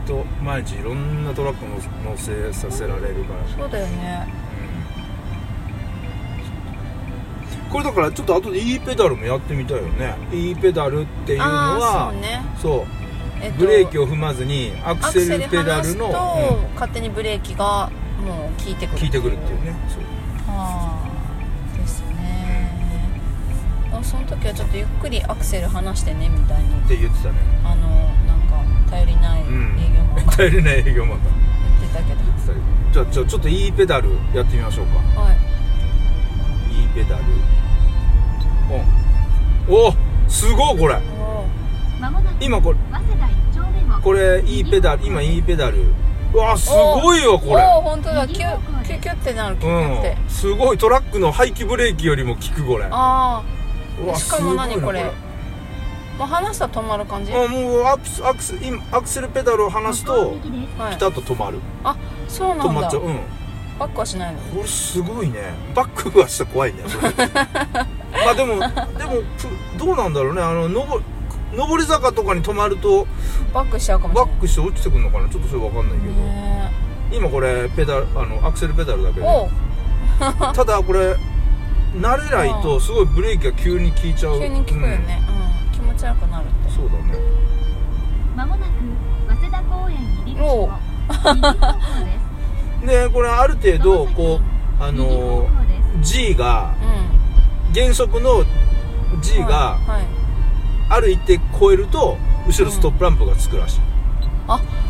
[SPEAKER 2] と毎日いろんなトラックの乗せさせられるから、
[SPEAKER 1] そうだよね
[SPEAKER 2] うんこれだからちょっと後で E ペダルもやってみたいよね E ペダルっていうの
[SPEAKER 1] あ
[SPEAKER 2] は
[SPEAKER 1] あそうね、
[SPEAKER 2] そう
[SPEAKER 1] えっと
[SPEAKER 2] ブレーキを踏まずにア
[SPEAKER 1] ア
[SPEAKER 2] ク
[SPEAKER 1] ク
[SPEAKER 2] セ
[SPEAKER 1] セ
[SPEAKER 2] ル
[SPEAKER 1] ル
[SPEAKER 2] ペダ
[SPEAKER 1] 離
[SPEAKER 2] ル
[SPEAKER 1] す
[SPEAKER 2] の、
[SPEAKER 1] と、
[SPEAKER 2] う
[SPEAKER 1] 勝手にブレーキがもう効いてく
[SPEAKER 2] ん
[SPEAKER 1] る
[SPEAKER 2] 効いてくるっていうねそう
[SPEAKER 1] はあですねあその時はちょっとゆっくりアクセル離してねみたいに
[SPEAKER 2] って言ってたね
[SPEAKER 1] あのなんか頼りない営業マンが
[SPEAKER 2] 頼りない営業マンだ
[SPEAKER 1] 言ってたけど
[SPEAKER 2] じゃあじゃあちょっと E ペダルやってみましょうか
[SPEAKER 1] はい
[SPEAKER 2] E ペダルオンおすごいこれ
[SPEAKER 1] お
[SPEAKER 3] まもなく
[SPEAKER 2] 今これ
[SPEAKER 3] 早稲田一丁目を
[SPEAKER 2] これ E ペダル今 E ペダルうわすごいよ
[SPEAKER 1] ー
[SPEAKER 2] こ
[SPEAKER 1] お
[SPEAKER 2] れ
[SPEAKER 1] ー本当だキュッキュッキュッってなるキュッキュッって
[SPEAKER 2] うんすごいトラックの排気ブレーキよりも効くこれ
[SPEAKER 1] あ
[SPEAKER 2] うわ
[SPEAKER 1] しかも何
[SPEAKER 2] すごいな
[SPEAKER 1] こあもう離したら止まる感じ
[SPEAKER 2] あもうアクスアクス今アクセルペダルを離すと
[SPEAKER 3] 右です
[SPEAKER 1] は
[SPEAKER 2] ピ
[SPEAKER 1] い
[SPEAKER 2] タッと止まる
[SPEAKER 1] そう
[SPEAKER 2] 止
[SPEAKER 1] なん
[SPEAKER 2] ま
[SPEAKER 1] だ
[SPEAKER 2] っちゃううんこ
[SPEAKER 1] バックはしないの
[SPEAKER 2] れすごいねバックはしたら怖いねそ れまあでもでもぷどうなんだろうねあの上り上り坂とかに止まると
[SPEAKER 1] バックしちゃうかもしれ
[SPEAKER 2] バ
[SPEAKER 1] ない
[SPEAKER 2] ックして落ちてくるのかなちょっとそれ分かんないけど、
[SPEAKER 1] ね
[SPEAKER 2] 今これペダルあのアクセルペダルだけ
[SPEAKER 1] え
[SPEAKER 2] ど
[SPEAKER 1] おう
[SPEAKER 2] ただこれ慣れないとすごいブレーキが急に効いちゃう
[SPEAKER 1] 急に効くよね、うん気持ち悪くなるって
[SPEAKER 2] うんそうだね
[SPEAKER 3] まもなく早稲田公園入り口
[SPEAKER 1] おう
[SPEAKER 3] を右方向です
[SPEAKER 2] でこれある程度こうあ
[SPEAKER 3] 右方
[SPEAKER 2] の
[SPEAKER 3] 向です
[SPEAKER 2] G が
[SPEAKER 1] うん
[SPEAKER 2] 減速の G が
[SPEAKER 1] はい、はい
[SPEAKER 2] ある一定超えると後ろストップランプがつくらしい、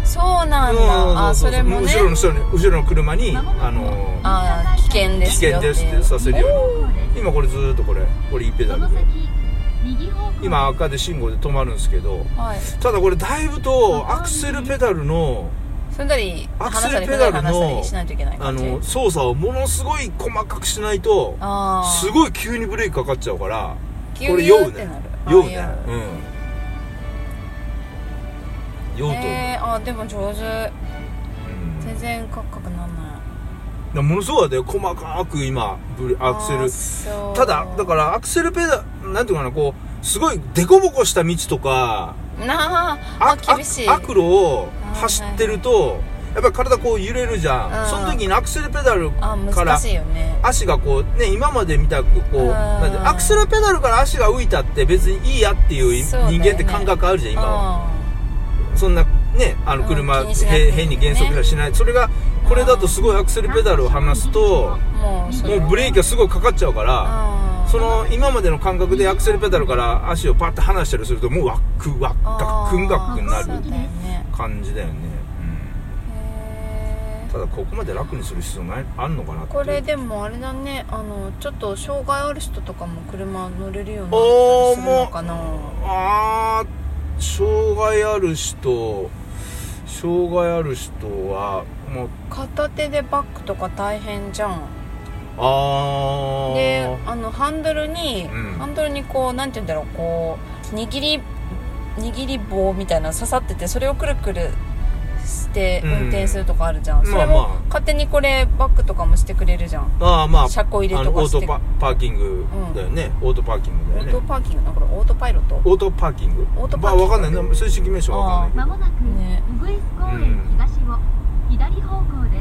[SPEAKER 1] そうなん
[SPEAKER 2] うんうんうん
[SPEAKER 1] だあそれもね
[SPEAKER 2] 後ろの人に後ろの車にあの
[SPEAKER 1] あー危険で
[SPEAKER 2] 危
[SPEAKER 1] すよって
[SPEAKER 2] 険
[SPEAKER 1] い
[SPEAKER 2] で
[SPEAKER 1] う
[SPEAKER 2] すってさせる
[SPEAKER 3] 左
[SPEAKER 2] よ
[SPEAKER 3] 方向で
[SPEAKER 2] うに今これずーっとこれこれ E ペ
[SPEAKER 3] す
[SPEAKER 2] ダ
[SPEAKER 3] その
[SPEAKER 2] ルで
[SPEAKER 3] 先右方向
[SPEAKER 2] 今赤で信号で止まるんですけど
[SPEAKER 1] はい
[SPEAKER 2] ただこれだいぶとアクセルペダルの
[SPEAKER 1] 踏んだり
[SPEAKER 2] アク
[SPEAKER 1] 離
[SPEAKER 2] セ
[SPEAKER 1] した
[SPEAKER 2] ル
[SPEAKER 1] り
[SPEAKER 2] ペ
[SPEAKER 1] 踏んだ
[SPEAKER 2] ダル
[SPEAKER 1] り
[SPEAKER 2] の
[SPEAKER 1] 離したりしないといけない
[SPEAKER 2] あ
[SPEAKER 1] 感じ
[SPEAKER 2] の操作をものすごい細かくしないと
[SPEAKER 1] あー
[SPEAKER 2] すごい急にブレーキかかっちゃうから
[SPEAKER 1] ギ
[SPEAKER 2] こ
[SPEAKER 1] ュ
[SPEAKER 2] れ
[SPEAKER 1] ギ
[SPEAKER 2] 酔
[SPEAKER 1] ュ
[SPEAKER 2] う
[SPEAKER 1] って
[SPEAKER 2] ね
[SPEAKER 1] なる
[SPEAKER 2] 酔うね
[SPEAKER 1] あー
[SPEAKER 2] うん酔うと思う、
[SPEAKER 1] えー、あーでも上手
[SPEAKER 2] うん
[SPEAKER 1] 全然カクカクなんない
[SPEAKER 2] だからものすごいだよ細かく今ブレアクセル
[SPEAKER 1] ル
[SPEAKER 2] ただだからアクセルペダルなんていうかなこうすごい凸凹した道とから
[SPEAKER 1] なあ
[SPEAKER 2] あ
[SPEAKER 1] あ厳しい
[SPEAKER 2] あ悪路を走ってるとやっぱり体こう揺れるじゃ
[SPEAKER 1] うんん
[SPEAKER 2] その時にアクセルペダル
[SPEAKER 1] あ
[SPEAKER 2] から
[SPEAKER 1] 難しいよね
[SPEAKER 2] 足がこうね今まで見たくこう
[SPEAKER 1] うん
[SPEAKER 2] なんてアクセルペダルから足が浮いたって別にいいやっていう人
[SPEAKER 1] そうだよね
[SPEAKER 2] 間って感覚あるじゃん今はそんなねあの車
[SPEAKER 1] うん気にしなくていい
[SPEAKER 2] へ
[SPEAKER 1] ね
[SPEAKER 2] 変に減速しないそれがこれだとすごいアクセルペダルを離すと
[SPEAKER 1] うんもうそ
[SPEAKER 2] も
[SPEAKER 1] れ
[SPEAKER 2] うブレーキがすごいかかっちゃうから
[SPEAKER 1] あー
[SPEAKER 2] その今までの感覚でアクセルペダルから足をパッと離したりするともうワックワッガックンガックン
[SPEAKER 1] あーそ
[SPEAKER 2] な
[SPEAKER 1] う
[SPEAKER 2] る
[SPEAKER 1] だよね
[SPEAKER 2] 感じだよね、
[SPEAKER 1] へ
[SPEAKER 2] うん、ただここまで楽にする必要ないあんのかなっ
[SPEAKER 1] ー
[SPEAKER 2] て
[SPEAKER 1] これでもあれだねあのちょっと障害ある人とかも車乗れるようになったりするのかな
[SPEAKER 2] あー障害ある人障害ある人はもう
[SPEAKER 1] 片手でバックとか大変じゃん
[SPEAKER 2] あ
[SPEAKER 1] で
[SPEAKER 2] ー
[SPEAKER 1] あのハンドルに、
[SPEAKER 2] うん
[SPEAKER 1] ハンドルにこうなんて言うんだろうこう握り握り棒みたいなの刺さっててそれをくるくるして
[SPEAKER 2] うん
[SPEAKER 1] 運転するとかあるじゃん、
[SPEAKER 2] まあ
[SPEAKER 1] それ
[SPEAKER 2] ま
[SPEAKER 1] も
[SPEAKER 2] あ
[SPEAKER 1] 勝手にこれバックとかもしてくれるじゃん
[SPEAKER 2] あーまあ
[SPEAKER 1] 車庫入れ
[SPEAKER 2] あ
[SPEAKER 1] と
[SPEAKER 2] の
[SPEAKER 1] か
[SPEAKER 2] オ
[SPEAKER 1] し
[SPEAKER 2] ー
[SPEAKER 1] て
[SPEAKER 2] トパパーキングだよね、オートパーキング
[SPEAKER 1] オ
[SPEAKER 2] だ
[SPEAKER 1] ー
[SPEAKER 2] よ
[SPEAKER 1] ト
[SPEAKER 2] ね
[SPEAKER 1] パーキングなこれオートパイロット
[SPEAKER 2] オートパーキング
[SPEAKER 1] オートパーキング
[SPEAKER 2] まあわかんないな正式名称わかんないけど
[SPEAKER 3] まもなく
[SPEAKER 1] ね
[SPEAKER 3] ウグイス公園東を左方向で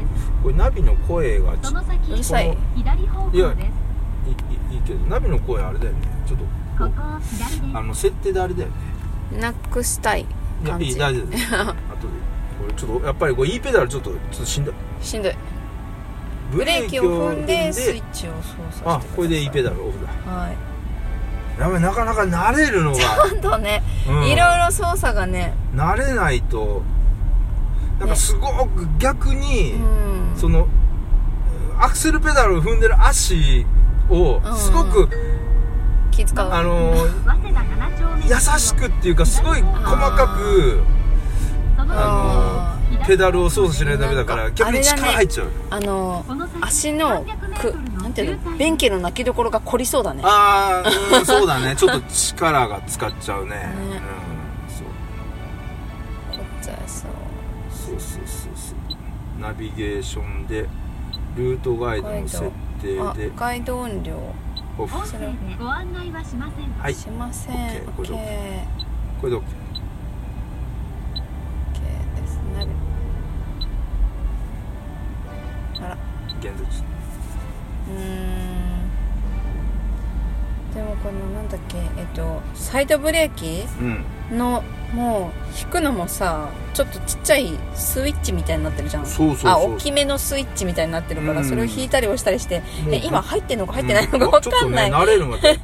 [SPEAKER 2] これナビの声が
[SPEAKER 3] す
[SPEAKER 2] ち
[SPEAKER 3] その先
[SPEAKER 1] うるさい
[SPEAKER 3] 左方向です
[SPEAKER 2] いいいいけどナビの声あれだよねちょっと
[SPEAKER 3] ここを左です
[SPEAKER 2] あの設定であれだよね
[SPEAKER 1] なくしたい
[SPEAKER 2] いや
[SPEAKER 1] 感
[SPEAKER 2] いい
[SPEAKER 1] じ
[SPEAKER 2] 大丈夫です後でこれちょっとやっぱりこう E ペダルちょっとちょっとしんどい
[SPEAKER 1] しんどいブレーキを踏んでスイッチを操作してください
[SPEAKER 2] あこれで E ペダルオフだ
[SPEAKER 1] はい
[SPEAKER 2] やばいなかなか慣れるのが、
[SPEAKER 1] 今度ね、
[SPEAKER 2] うん
[SPEAKER 1] いろいろ操作がね
[SPEAKER 2] 慣れないとなんかすごく逆に、
[SPEAKER 1] うん
[SPEAKER 2] そのアクセルペダルを踏んでる足を
[SPEAKER 1] うん
[SPEAKER 2] すごく、
[SPEAKER 1] 気使う
[SPEAKER 2] あの
[SPEAKER 3] 早稲田七丁目
[SPEAKER 2] 優しくっていうかすごい細かく
[SPEAKER 3] その
[SPEAKER 2] あ
[SPEAKER 1] あ
[SPEAKER 2] のペダルを操作しないとダメだから
[SPEAKER 1] なんか
[SPEAKER 2] 逆に力
[SPEAKER 1] あれだね
[SPEAKER 2] 入っちゃう
[SPEAKER 1] あの
[SPEAKER 3] この先
[SPEAKER 1] 足のくなんていうの弁慶の泣きどころが凝りそうだね
[SPEAKER 2] ああ、うん、 そうだね。ちょっと力が使っちゃうね。うん、そう、
[SPEAKER 1] 凝っちゃいそう
[SPEAKER 2] そうそうそうそう。ナビゲーションでルートガイドの設定
[SPEAKER 1] あ
[SPEAKER 2] で
[SPEAKER 1] ガイド音量
[SPEAKER 2] オフ。
[SPEAKER 3] 音声でご案内はしません
[SPEAKER 2] はい、
[SPEAKER 1] しません
[SPEAKER 2] OK これで
[SPEAKER 1] OK
[SPEAKER 2] これで OK。
[SPEAKER 1] OK ですなる
[SPEAKER 2] 現在地。
[SPEAKER 1] うーんでもこのなんだっけえっとサイドブレーキ
[SPEAKER 2] うん。
[SPEAKER 1] のもう引くのもさちょっとちっちゃいスイッチみたいになってるじゃん
[SPEAKER 2] そうそうそう
[SPEAKER 1] あ大きめのスイッチみたいになってるから、
[SPEAKER 2] うん
[SPEAKER 1] それを引いたり押したりして、
[SPEAKER 2] もう
[SPEAKER 1] え今入ってんのか入ってないのか分かんない、
[SPEAKER 2] ちょっとね、慣れるまで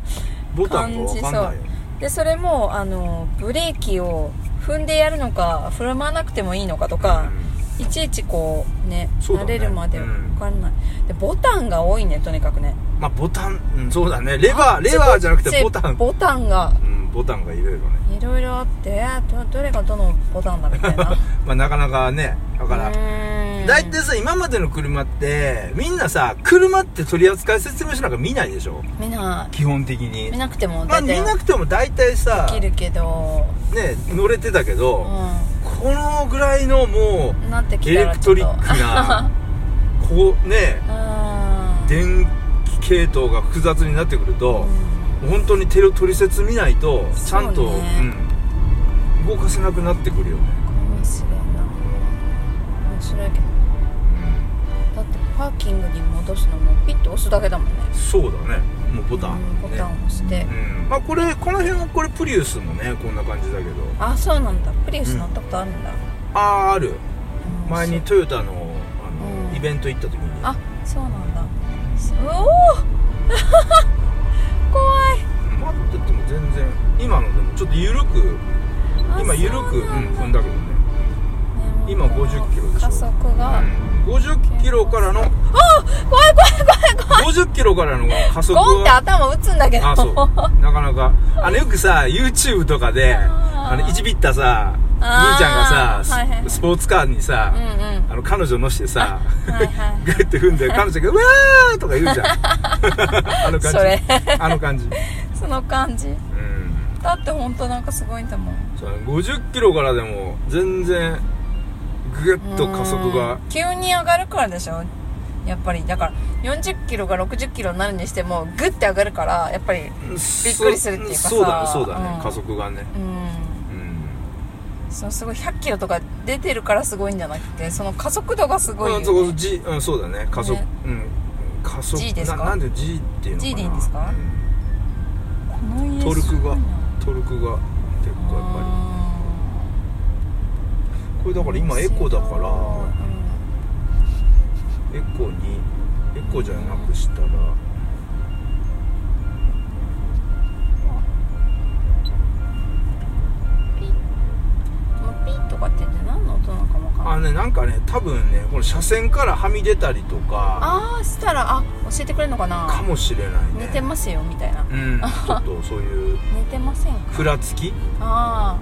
[SPEAKER 2] ボタンがわかんないよ。
[SPEAKER 1] でそれもあのブレーキを踏んでやるのか踏まなくてもいいのかとか、
[SPEAKER 2] うん
[SPEAKER 1] いちいちこうね
[SPEAKER 2] そうだ
[SPEAKER 1] 慣
[SPEAKER 2] ね
[SPEAKER 1] れるまで
[SPEAKER 2] うん
[SPEAKER 1] 分かんない、でボタンが多いねとにかくね
[SPEAKER 2] まあボタン、うん、そうだねレバーレバーじゃなくてボタン
[SPEAKER 1] ボタンが
[SPEAKER 2] うん、ボタンがいろいろね、
[SPEAKER 1] いろいろあってどどれがどのボタンだみ たいな
[SPEAKER 2] まあ、なかなかねだから
[SPEAKER 1] だ
[SPEAKER 2] 大体さ今までの車ってみんなさ車って取扱説明書なんか見ないでしょ
[SPEAKER 1] 見な
[SPEAKER 2] 基本的
[SPEAKER 1] い
[SPEAKER 2] に
[SPEAKER 1] 見なくても
[SPEAKER 2] ま
[SPEAKER 1] 大
[SPEAKER 2] あ見
[SPEAKER 1] 体
[SPEAKER 2] な
[SPEAKER 1] で
[SPEAKER 2] くても大体さ
[SPEAKER 1] き
[SPEAKER 2] ね
[SPEAKER 1] るけど、
[SPEAKER 2] 乗れてたけど、
[SPEAKER 1] う
[SPEAKER 2] このぐらいのも
[SPEAKER 1] ん、なって
[SPEAKER 2] う
[SPEAKER 1] き
[SPEAKER 2] エ
[SPEAKER 1] た
[SPEAKER 2] レ
[SPEAKER 1] ら
[SPEAKER 2] ク
[SPEAKER 1] ちょ
[SPEAKER 2] ト
[SPEAKER 1] っ
[SPEAKER 2] リ
[SPEAKER 1] と
[SPEAKER 2] ッ クなこうね
[SPEAKER 1] うん
[SPEAKER 2] 電気系統が複雑になってくると
[SPEAKER 1] う、ん
[SPEAKER 2] 本当に手を取説見ないとちゃんと
[SPEAKER 1] そうね
[SPEAKER 2] うん、動かせなくなってくるよね、
[SPEAKER 1] 面白いな面白いけどだってパーキングに戻すのもピッと押すだけだもんね
[SPEAKER 2] そうだねもうボタン、
[SPEAKER 1] うんボタン
[SPEAKER 2] ね
[SPEAKER 1] を押して、
[SPEAKER 2] うんまあこれこの辺はこれプリウスもねこんな感じだけど
[SPEAKER 1] あそうなんだプリウス乗ったことあるんだ、
[SPEAKER 2] ああーある
[SPEAKER 1] うん
[SPEAKER 2] 前に
[SPEAKER 1] そう
[SPEAKER 2] トヨタのあの、
[SPEAKER 1] うん
[SPEAKER 2] イベント行った時に
[SPEAKER 1] あそうなんだそうおお 怖い
[SPEAKER 2] 待ってても全然今のでもちょっと緩く
[SPEAKER 1] あ
[SPEAKER 2] 今緩く
[SPEAKER 1] そう
[SPEAKER 2] うん
[SPEAKER 1] なんだ
[SPEAKER 2] 踏んだけど
[SPEAKER 1] ね
[SPEAKER 2] ね今50キロでしょ
[SPEAKER 1] 加速が、
[SPEAKER 2] 50キロからの
[SPEAKER 1] 怖い怖い
[SPEAKER 2] 50キロからの加速
[SPEAKER 1] ゴンって
[SPEAKER 2] は
[SPEAKER 1] 頭打つんだけど
[SPEAKER 2] あそうなかなかあのよくさ YouTube とかで
[SPEAKER 1] あ
[SPEAKER 2] あ
[SPEAKER 1] ー
[SPEAKER 2] のいじびったさ兄
[SPEAKER 1] あー
[SPEAKER 2] ちゃんがさ、
[SPEAKER 1] はいはいはい
[SPEAKER 2] スポーツカーにさ、
[SPEAKER 1] うんうん
[SPEAKER 2] あの彼女乗してさ
[SPEAKER 1] はいは
[SPEAKER 2] グッて踏んで彼女が「うわー!」と か言うじゃんあの感じ
[SPEAKER 1] それ
[SPEAKER 2] あの感じ
[SPEAKER 1] いその感じ
[SPEAKER 2] うん
[SPEAKER 1] だって本当なんかすごいんだもん
[SPEAKER 2] そう50キロからでも全然グッと加速
[SPEAKER 1] う
[SPEAKER 2] が
[SPEAKER 1] ん急に上がるからでしょやっぱりだから40キロが60キロになるにしてもグッて上がるからやっぱり
[SPEAKER 2] びっくり
[SPEAKER 1] するっていうかさ
[SPEAKER 2] そうだねそうだね、
[SPEAKER 1] うん
[SPEAKER 2] 加速がね
[SPEAKER 1] うん
[SPEAKER 2] うん
[SPEAKER 1] そのすごい100キロとか出てるからすごいんじゃなくてその加速度がすごいよ
[SPEAKER 2] うん、そこ G、うん、そうだね加速、
[SPEAKER 1] ね
[SPEAKER 2] うん加速
[SPEAKER 1] G ですか
[SPEAKER 2] ななんで G っていうのかな
[SPEAKER 1] G でいいんですかこの家
[SPEAKER 2] トルクが
[SPEAKER 1] すごいな
[SPEAKER 2] トルクが結構やっぱりこれだから今エコだか
[SPEAKER 1] うん
[SPEAKER 2] らエコにエコじゃなくしたら
[SPEAKER 1] このピッとかって言って何の音なのかもわかんない
[SPEAKER 2] あねなんかね多分ねこの車線からはみ出たりとか
[SPEAKER 1] ああしたらあ教えてくれるのかな
[SPEAKER 2] かもしれないね
[SPEAKER 1] 寝てますよみたいな
[SPEAKER 2] うんちょっとそういう
[SPEAKER 1] 寝てませんか
[SPEAKER 2] ふらつき
[SPEAKER 1] あ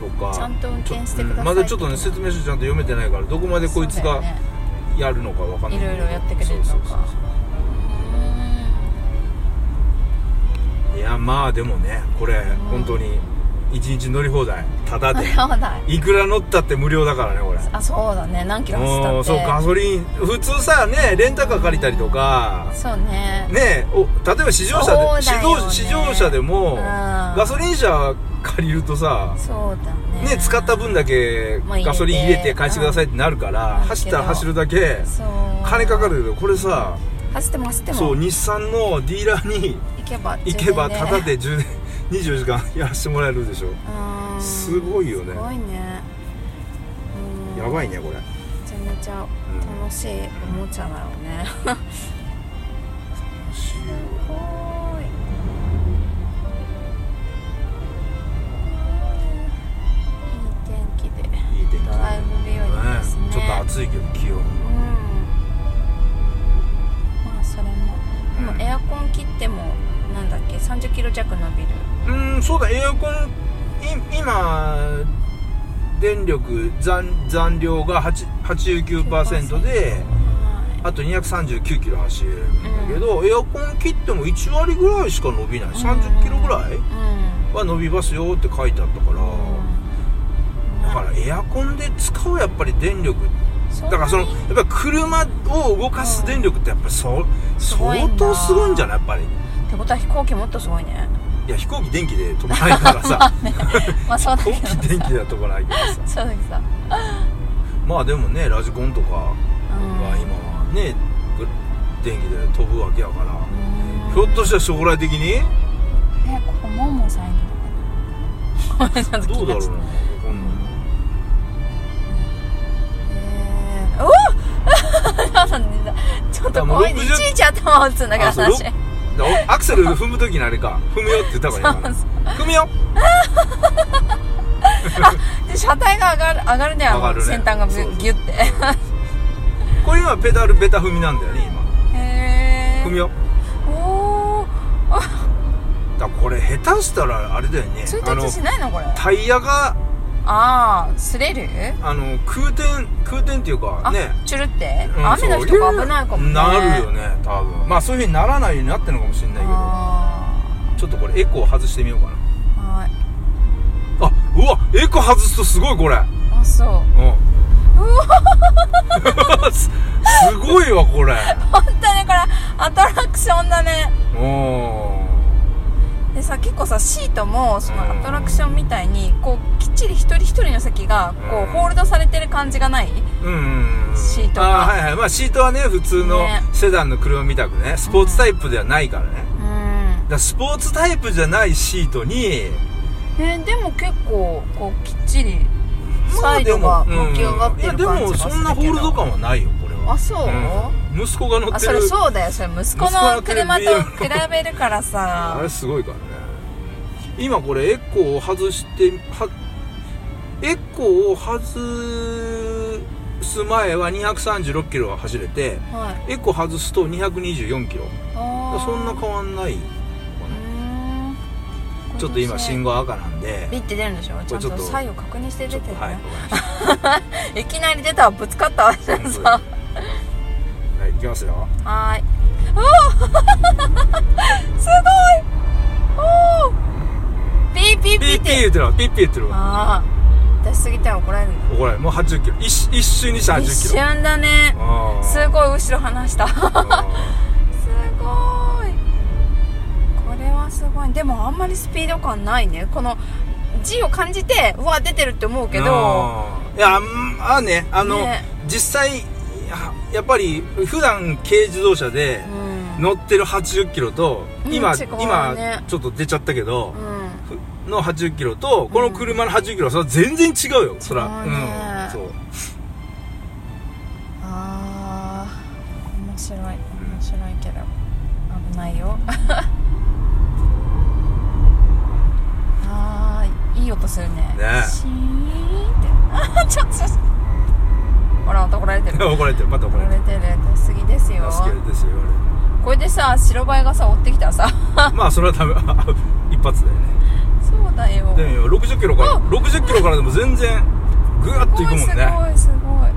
[SPEAKER 2] とか
[SPEAKER 1] ちゃんと運転してください
[SPEAKER 2] うんまだちょっとね説明書ちゃんと読めてないからどこま
[SPEAKER 1] あ
[SPEAKER 2] でこいつが
[SPEAKER 1] ね、
[SPEAKER 2] やるのかわかんない
[SPEAKER 1] いろいろやってくれるのか
[SPEAKER 2] そうそうそうそういやまあでもねこれ
[SPEAKER 1] ん
[SPEAKER 2] 本当に一日乗り放題ただ
[SPEAKER 1] う
[SPEAKER 2] で
[SPEAKER 1] ーんそうだ
[SPEAKER 2] いくら乗ったって無料だからねこれ
[SPEAKER 1] あそうだね何キロ走った
[SPEAKER 2] う
[SPEAKER 1] っ
[SPEAKER 2] ん
[SPEAKER 1] て
[SPEAKER 2] そうガソリン普通さねレンタカー借りたりとか
[SPEAKER 1] そうね
[SPEAKER 2] ねお例えば試乗車
[SPEAKER 1] そ
[SPEAKER 2] で、
[SPEAKER 1] うだ
[SPEAKER 2] 試
[SPEAKER 1] よね
[SPEAKER 2] 乗試乗車でも
[SPEAKER 1] うん
[SPEAKER 2] ガソリン車借りるとさ
[SPEAKER 1] そうだね
[SPEAKER 2] ね使った分だけ
[SPEAKER 1] まあ入れて
[SPEAKER 2] ガソリン入れて返してくださいってなるから
[SPEAKER 1] うん
[SPEAKER 2] 走ったら走るだけ
[SPEAKER 1] そう
[SPEAKER 2] 金かかるけどこれさ
[SPEAKER 1] 走っても走っても
[SPEAKER 2] そう日産のディーラーに
[SPEAKER 1] 行けば
[SPEAKER 2] 行けば
[SPEAKER 1] 充
[SPEAKER 2] タ
[SPEAKER 1] 電
[SPEAKER 2] ダ
[SPEAKER 1] で
[SPEAKER 2] で充電24時間 やらせてもらえるでしょ
[SPEAKER 1] うん
[SPEAKER 2] すごいよね
[SPEAKER 1] すごいねうん
[SPEAKER 2] やばいねこれ
[SPEAKER 1] めちゃめちゃ楽しいおもちゃだよねすごい うんいい天気で
[SPEAKER 2] いい天気
[SPEAKER 1] ドライブ日和ですね
[SPEAKER 2] ねちょっと暑いけど気温
[SPEAKER 1] うんまあそれもでもエアコン切ってもなんだっけ30キロ弱伸びる
[SPEAKER 2] うんそうだエアコンい今電力残残量が8 89%で
[SPEAKER 1] はい
[SPEAKER 2] あと239キロ走れるんだけど、エアコン切っても1割ぐらいしか伸びない30キロぐらい
[SPEAKER 1] うん
[SPEAKER 2] は伸びますよって書いてあったから、だからエアコンで使うやっぱり電力だからそのやっぱり車を動かす電力ってやっぱりそ、相当すごいんじゃないやっぱりい
[SPEAKER 1] ってことは飛行機もっとすごいね
[SPEAKER 2] や飛行機電気で飛ばないから さ
[SPEAKER 1] まあそうだ
[SPEAKER 2] 飛
[SPEAKER 1] けど
[SPEAKER 2] 行機電気では飛ばないけどさ
[SPEAKER 1] そうだけどさ
[SPEAKER 2] まあでもねラジコンとかは
[SPEAKER 1] うん
[SPEAKER 2] 今はね、電気で飛ぶわけやから、
[SPEAKER 1] うん
[SPEAKER 2] ひょっとしたら将来的に
[SPEAKER 1] えここモンモンさんいるのかなごめんちょっと
[SPEAKER 2] ど
[SPEAKER 1] 気
[SPEAKER 2] うだ
[SPEAKER 1] が
[SPEAKER 2] ろう
[SPEAKER 1] ち
[SPEAKER 2] なわかんない
[SPEAKER 1] えーおお なんだちょっと怖いね
[SPEAKER 2] あ
[SPEAKER 1] い
[SPEAKER 2] もう60
[SPEAKER 1] ちいち頭打つんだから
[SPEAKER 2] あそう
[SPEAKER 1] 私
[SPEAKER 2] ろだからおアクセル踏む時にあれか踏むよって言った方がいいのかな踏むよ
[SPEAKER 1] で車体が上がる上がるねあ
[SPEAKER 2] 上が
[SPEAKER 1] の
[SPEAKER 2] るね
[SPEAKER 1] 先端がブ
[SPEAKER 2] そうそう
[SPEAKER 1] ギュッ て
[SPEAKER 2] これ今ペダルベタ踏みなんだよね今
[SPEAKER 1] へ
[SPEAKER 2] 踏み
[SPEAKER 1] え
[SPEAKER 2] よ
[SPEAKER 1] おお
[SPEAKER 2] だからこれ下手したらあれだよね
[SPEAKER 1] 追
[SPEAKER 2] あの
[SPEAKER 1] 突しないのこれ
[SPEAKER 2] タイヤが
[SPEAKER 1] ああ擦れる
[SPEAKER 2] あの空転空転っていうか
[SPEAKER 1] あ
[SPEAKER 2] ね
[SPEAKER 1] チュルって
[SPEAKER 2] うん
[SPEAKER 1] 雨の日とか危ないかもね
[SPEAKER 2] そうなるよね多分まあそういうふうにならないようになってるのかもしれないけど
[SPEAKER 1] あ
[SPEAKER 2] ちょっとこれエコー外してみようかな
[SPEAKER 1] ーはい
[SPEAKER 2] あうわエコー外すとすごいこれ
[SPEAKER 1] あそう
[SPEAKER 2] うんすすごいわこれ
[SPEAKER 1] 本当にこれアトラクションだね
[SPEAKER 2] う
[SPEAKER 1] でさ結構さシートもその
[SPEAKER 2] うん
[SPEAKER 1] アトラクションみたいにこうきっちり一人一人の席がこう
[SPEAKER 2] うん
[SPEAKER 1] ホールドされてる感じがない
[SPEAKER 2] んうんうん
[SPEAKER 1] シートが
[SPEAKER 2] あはいはいまあシートはね普通の
[SPEAKER 1] ね
[SPEAKER 2] セダンの車みたくねスポーツタイプではないからね、だか
[SPEAKER 1] うん
[SPEAKER 2] らスポーツタイプじゃないシートに
[SPEAKER 1] えーでも結構こうきっちり
[SPEAKER 2] ま
[SPEAKER 1] サ
[SPEAKER 2] あ
[SPEAKER 1] イ
[SPEAKER 2] で
[SPEAKER 1] ド
[SPEAKER 2] も
[SPEAKER 1] が浮き上がってる感じが
[SPEAKER 2] うんいやでも
[SPEAKER 1] するけど
[SPEAKER 2] そんなホールド感はないよこれは
[SPEAKER 1] あそう
[SPEAKER 2] うん息子が乗って
[SPEAKER 1] あそ
[SPEAKER 2] る
[SPEAKER 1] れそうだよそれ息子
[SPEAKER 2] 息子
[SPEAKER 1] の
[SPEAKER 2] の
[SPEAKER 1] 車
[SPEAKER 2] 車
[SPEAKER 1] と
[SPEAKER 2] と
[SPEAKER 1] 比べるから
[SPEAKER 2] あ
[SPEAKER 1] さ
[SPEAKER 2] れすごいからね今これエコーを外してはエコーを外す前は236キロは走れて
[SPEAKER 1] はい
[SPEAKER 2] エコー外すと224キロ
[SPEAKER 1] あー
[SPEAKER 2] そんな変わんない
[SPEAKER 1] ー
[SPEAKER 2] う
[SPEAKER 1] ん
[SPEAKER 2] ちょっと今信号赤なんで
[SPEAKER 1] ビッて出るんでしょちゃん
[SPEAKER 2] ちょっ
[SPEAKER 1] と
[SPEAKER 2] と
[SPEAKER 1] 左右確認して
[SPEAKER 2] ち
[SPEAKER 1] 出
[SPEAKER 2] ょってと
[SPEAKER 1] る
[SPEAKER 2] はい
[SPEAKER 1] ね いきなり出たわぶつかったわじゃ
[SPEAKER 2] わか
[SPEAKER 1] あ
[SPEAKER 2] りまし
[SPEAKER 1] さ
[SPEAKER 2] たはい行きますよ
[SPEAKER 1] はーい。おお すごいおおピーピーピー
[SPEAKER 2] ピー
[SPEAKER 1] っ
[SPEAKER 2] ピー
[SPEAKER 1] て。
[SPEAKER 2] 言ってるわピーピー言ってるわ
[SPEAKER 1] ああ。出しすぎたら怒られるん
[SPEAKER 2] これもう80キロ一一周にして
[SPEAKER 1] だ。一
[SPEAKER 2] 80キロ
[SPEAKER 1] 瞬だね。
[SPEAKER 2] あー
[SPEAKER 1] すごい後ろ離 した。すごい。
[SPEAKER 2] あ
[SPEAKER 1] これはすごい。でもあんまりスピード感ないね。この字を感じて、うわ、出てるって思う
[SPEAKER 2] ー
[SPEAKER 1] けど、
[SPEAKER 2] いやうんまあねあの
[SPEAKER 1] ね
[SPEAKER 2] 実際ややっぱり普段軽自動車で
[SPEAKER 1] うん。
[SPEAKER 2] 乗ってる80キロと
[SPEAKER 1] うん
[SPEAKER 2] 今、
[SPEAKER 1] 違うね
[SPEAKER 2] 今ちょっと出ちゃったけど
[SPEAKER 1] う、ん。
[SPEAKER 2] の80キロとこの車の80キロはそれは全然違うよそら
[SPEAKER 1] 違うね
[SPEAKER 2] うんそう
[SPEAKER 1] あー面白い面白いけど危ない よあーいい音するね
[SPEAKER 2] ね
[SPEAKER 1] シーンってあーちょっとちょっとほらまた怒られてる
[SPEAKER 2] 怒られてるまた怒
[SPEAKER 1] 怒
[SPEAKER 2] ら
[SPEAKER 1] ら
[SPEAKER 2] れて
[SPEAKER 1] れ
[SPEAKER 2] る
[SPEAKER 1] てる出しすぎですよ
[SPEAKER 2] 助けるですよ言わ れる
[SPEAKER 1] これでさ白バイがさ追ってきたらさ
[SPEAKER 2] まあそれは多分 一発だよね
[SPEAKER 1] そうだよ
[SPEAKER 2] でも60キロから
[SPEAKER 1] あ
[SPEAKER 2] 60キロからでも全然グワッといくもん
[SPEAKER 1] すごいすご
[SPEAKER 2] ね
[SPEAKER 1] いすごい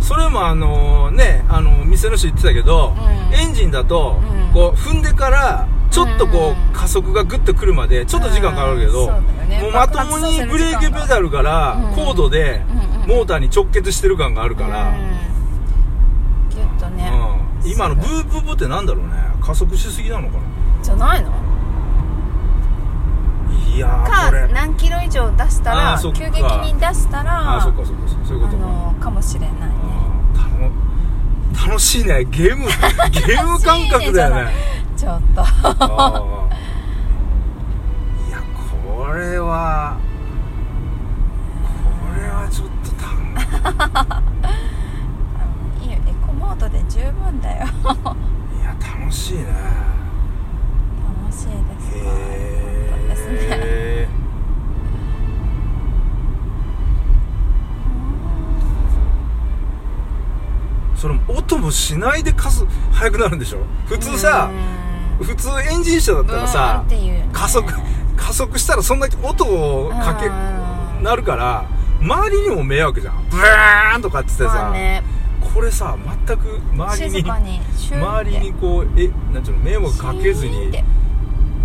[SPEAKER 2] それもあのねあの店の人言ってたけど、
[SPEAKER 1] うん
[SPEAKER 2] エンジンだと
[SPEAKER 1] うん
[SPEAKER 2] こう踏んでからちょっとこ
[SPEAKER 1] うん
[SPEAKER 2] う加速がグッとくるまでちょっと時間かかるけ
[SPEAKER 1] うんそう
[SPEAKER 2] ど、
[SPEAKER 1] だよね
[SPEAKER 2] もうまともにブレーキペダルから
[SPEAKER 1] うん
[SPEAKER 2] 高度で
[SPEAKER 1] うんうん
[SPEAKER 2] モーターに直結してる感があるから、う
[SPEAKER 1] う
[SPEAKER 2] ん
[SPEAKER 1] んギュッとね、
[SPEAKER 2] 今のブーブーブーってなんだろうね加速しすぎなのかな
[SPEAKER 1] じゃないの
[SPEAKER 2] いやーこ
[SPEAKER 1] か
[SPEAKER 2] れ
[SPEAKER 1] 何キロ以上出した
[SPEAKER 2] あ
[SPEAKER 1] ら
[SPEAKER 2] ーそ
[SPEAKER 1] 急
[SPEAKER 2] っか
[SPEAKER 1] 激に出したら
[SPEAKER 2] ああそっかそっかそっかそういう
[SPEAKER 1] あ
[SPEAKER 2] ことか
[SPEAKER 1] のかもしれないね
[SPEAKER 2] あー楽楽しいねゲームゲーム感覚だよね
[SPEAKER 1] ちょっと
[SPEAKER 2] あーいやこれはこれはちょっとた
[SPEAKER 1] いいよエコモードで十分だよ
[SPEAKER 2] いや楽しいね
[SPEAKER 1] 楽しいですか本当ですね
[SPEAKER 2] へえそれも音もしないでかす速くなるんでしょ普通さ
[SPEAKER 1] うん
[SPEAKER 2] 普通エンジン車だったらさ
[SPEAKER 1] うんっていうね
[SPEAKER 2] 加速加速したらそんだけ音をかけ
[SPEAKER 1] うん
[SPEAKER 2] なるから周りにも迷惑じゃんブーンとかっつってさ、
[SPEAKER 1] まあね
[SPEAKER 2] これさ全く周り
[SPEAKER 1] 静
[SPEAKER 2] に
[SPEAKER 1] かにシューって
[SPEAKER 2] 周りにこうえなんていうの迷惑かけず
[SPEAKER 1] シーン
[SPEAKER 2] に
[SPEAKER 1] って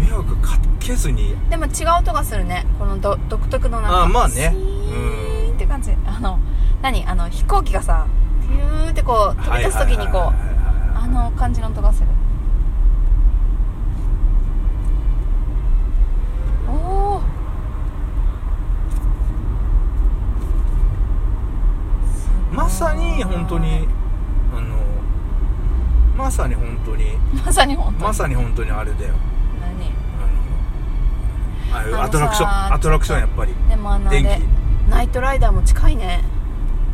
[SPEAKER 2] 迷惑かけずに
[SPEAKER 1] でも違う音がするねこのど独特のなんか
[SPEAKER 2] あーまあね
[SPEAKER 1] シーンって感じあの何あの飛行機がさピューってこう飛び出す時にこう、
[SPEAKER 2] はいはいはいはい
[SPEAKER 1] あの感じの音がするおお
[SPEAKER 2] まさに本当にあのまさに本当に
[SPEAKER 1] まさに本当
[SPEAKER 2] まさに本当にあれだよあのああいう
[SPEAKER 1] あのさ
[SPEAKER 2] アトラクションアトラクションやっぱり
[SPEAKER 1] 何でもあのあれ
[SPEAKER 2] 電
[SPEAKER 1] ナイトライダーも近いね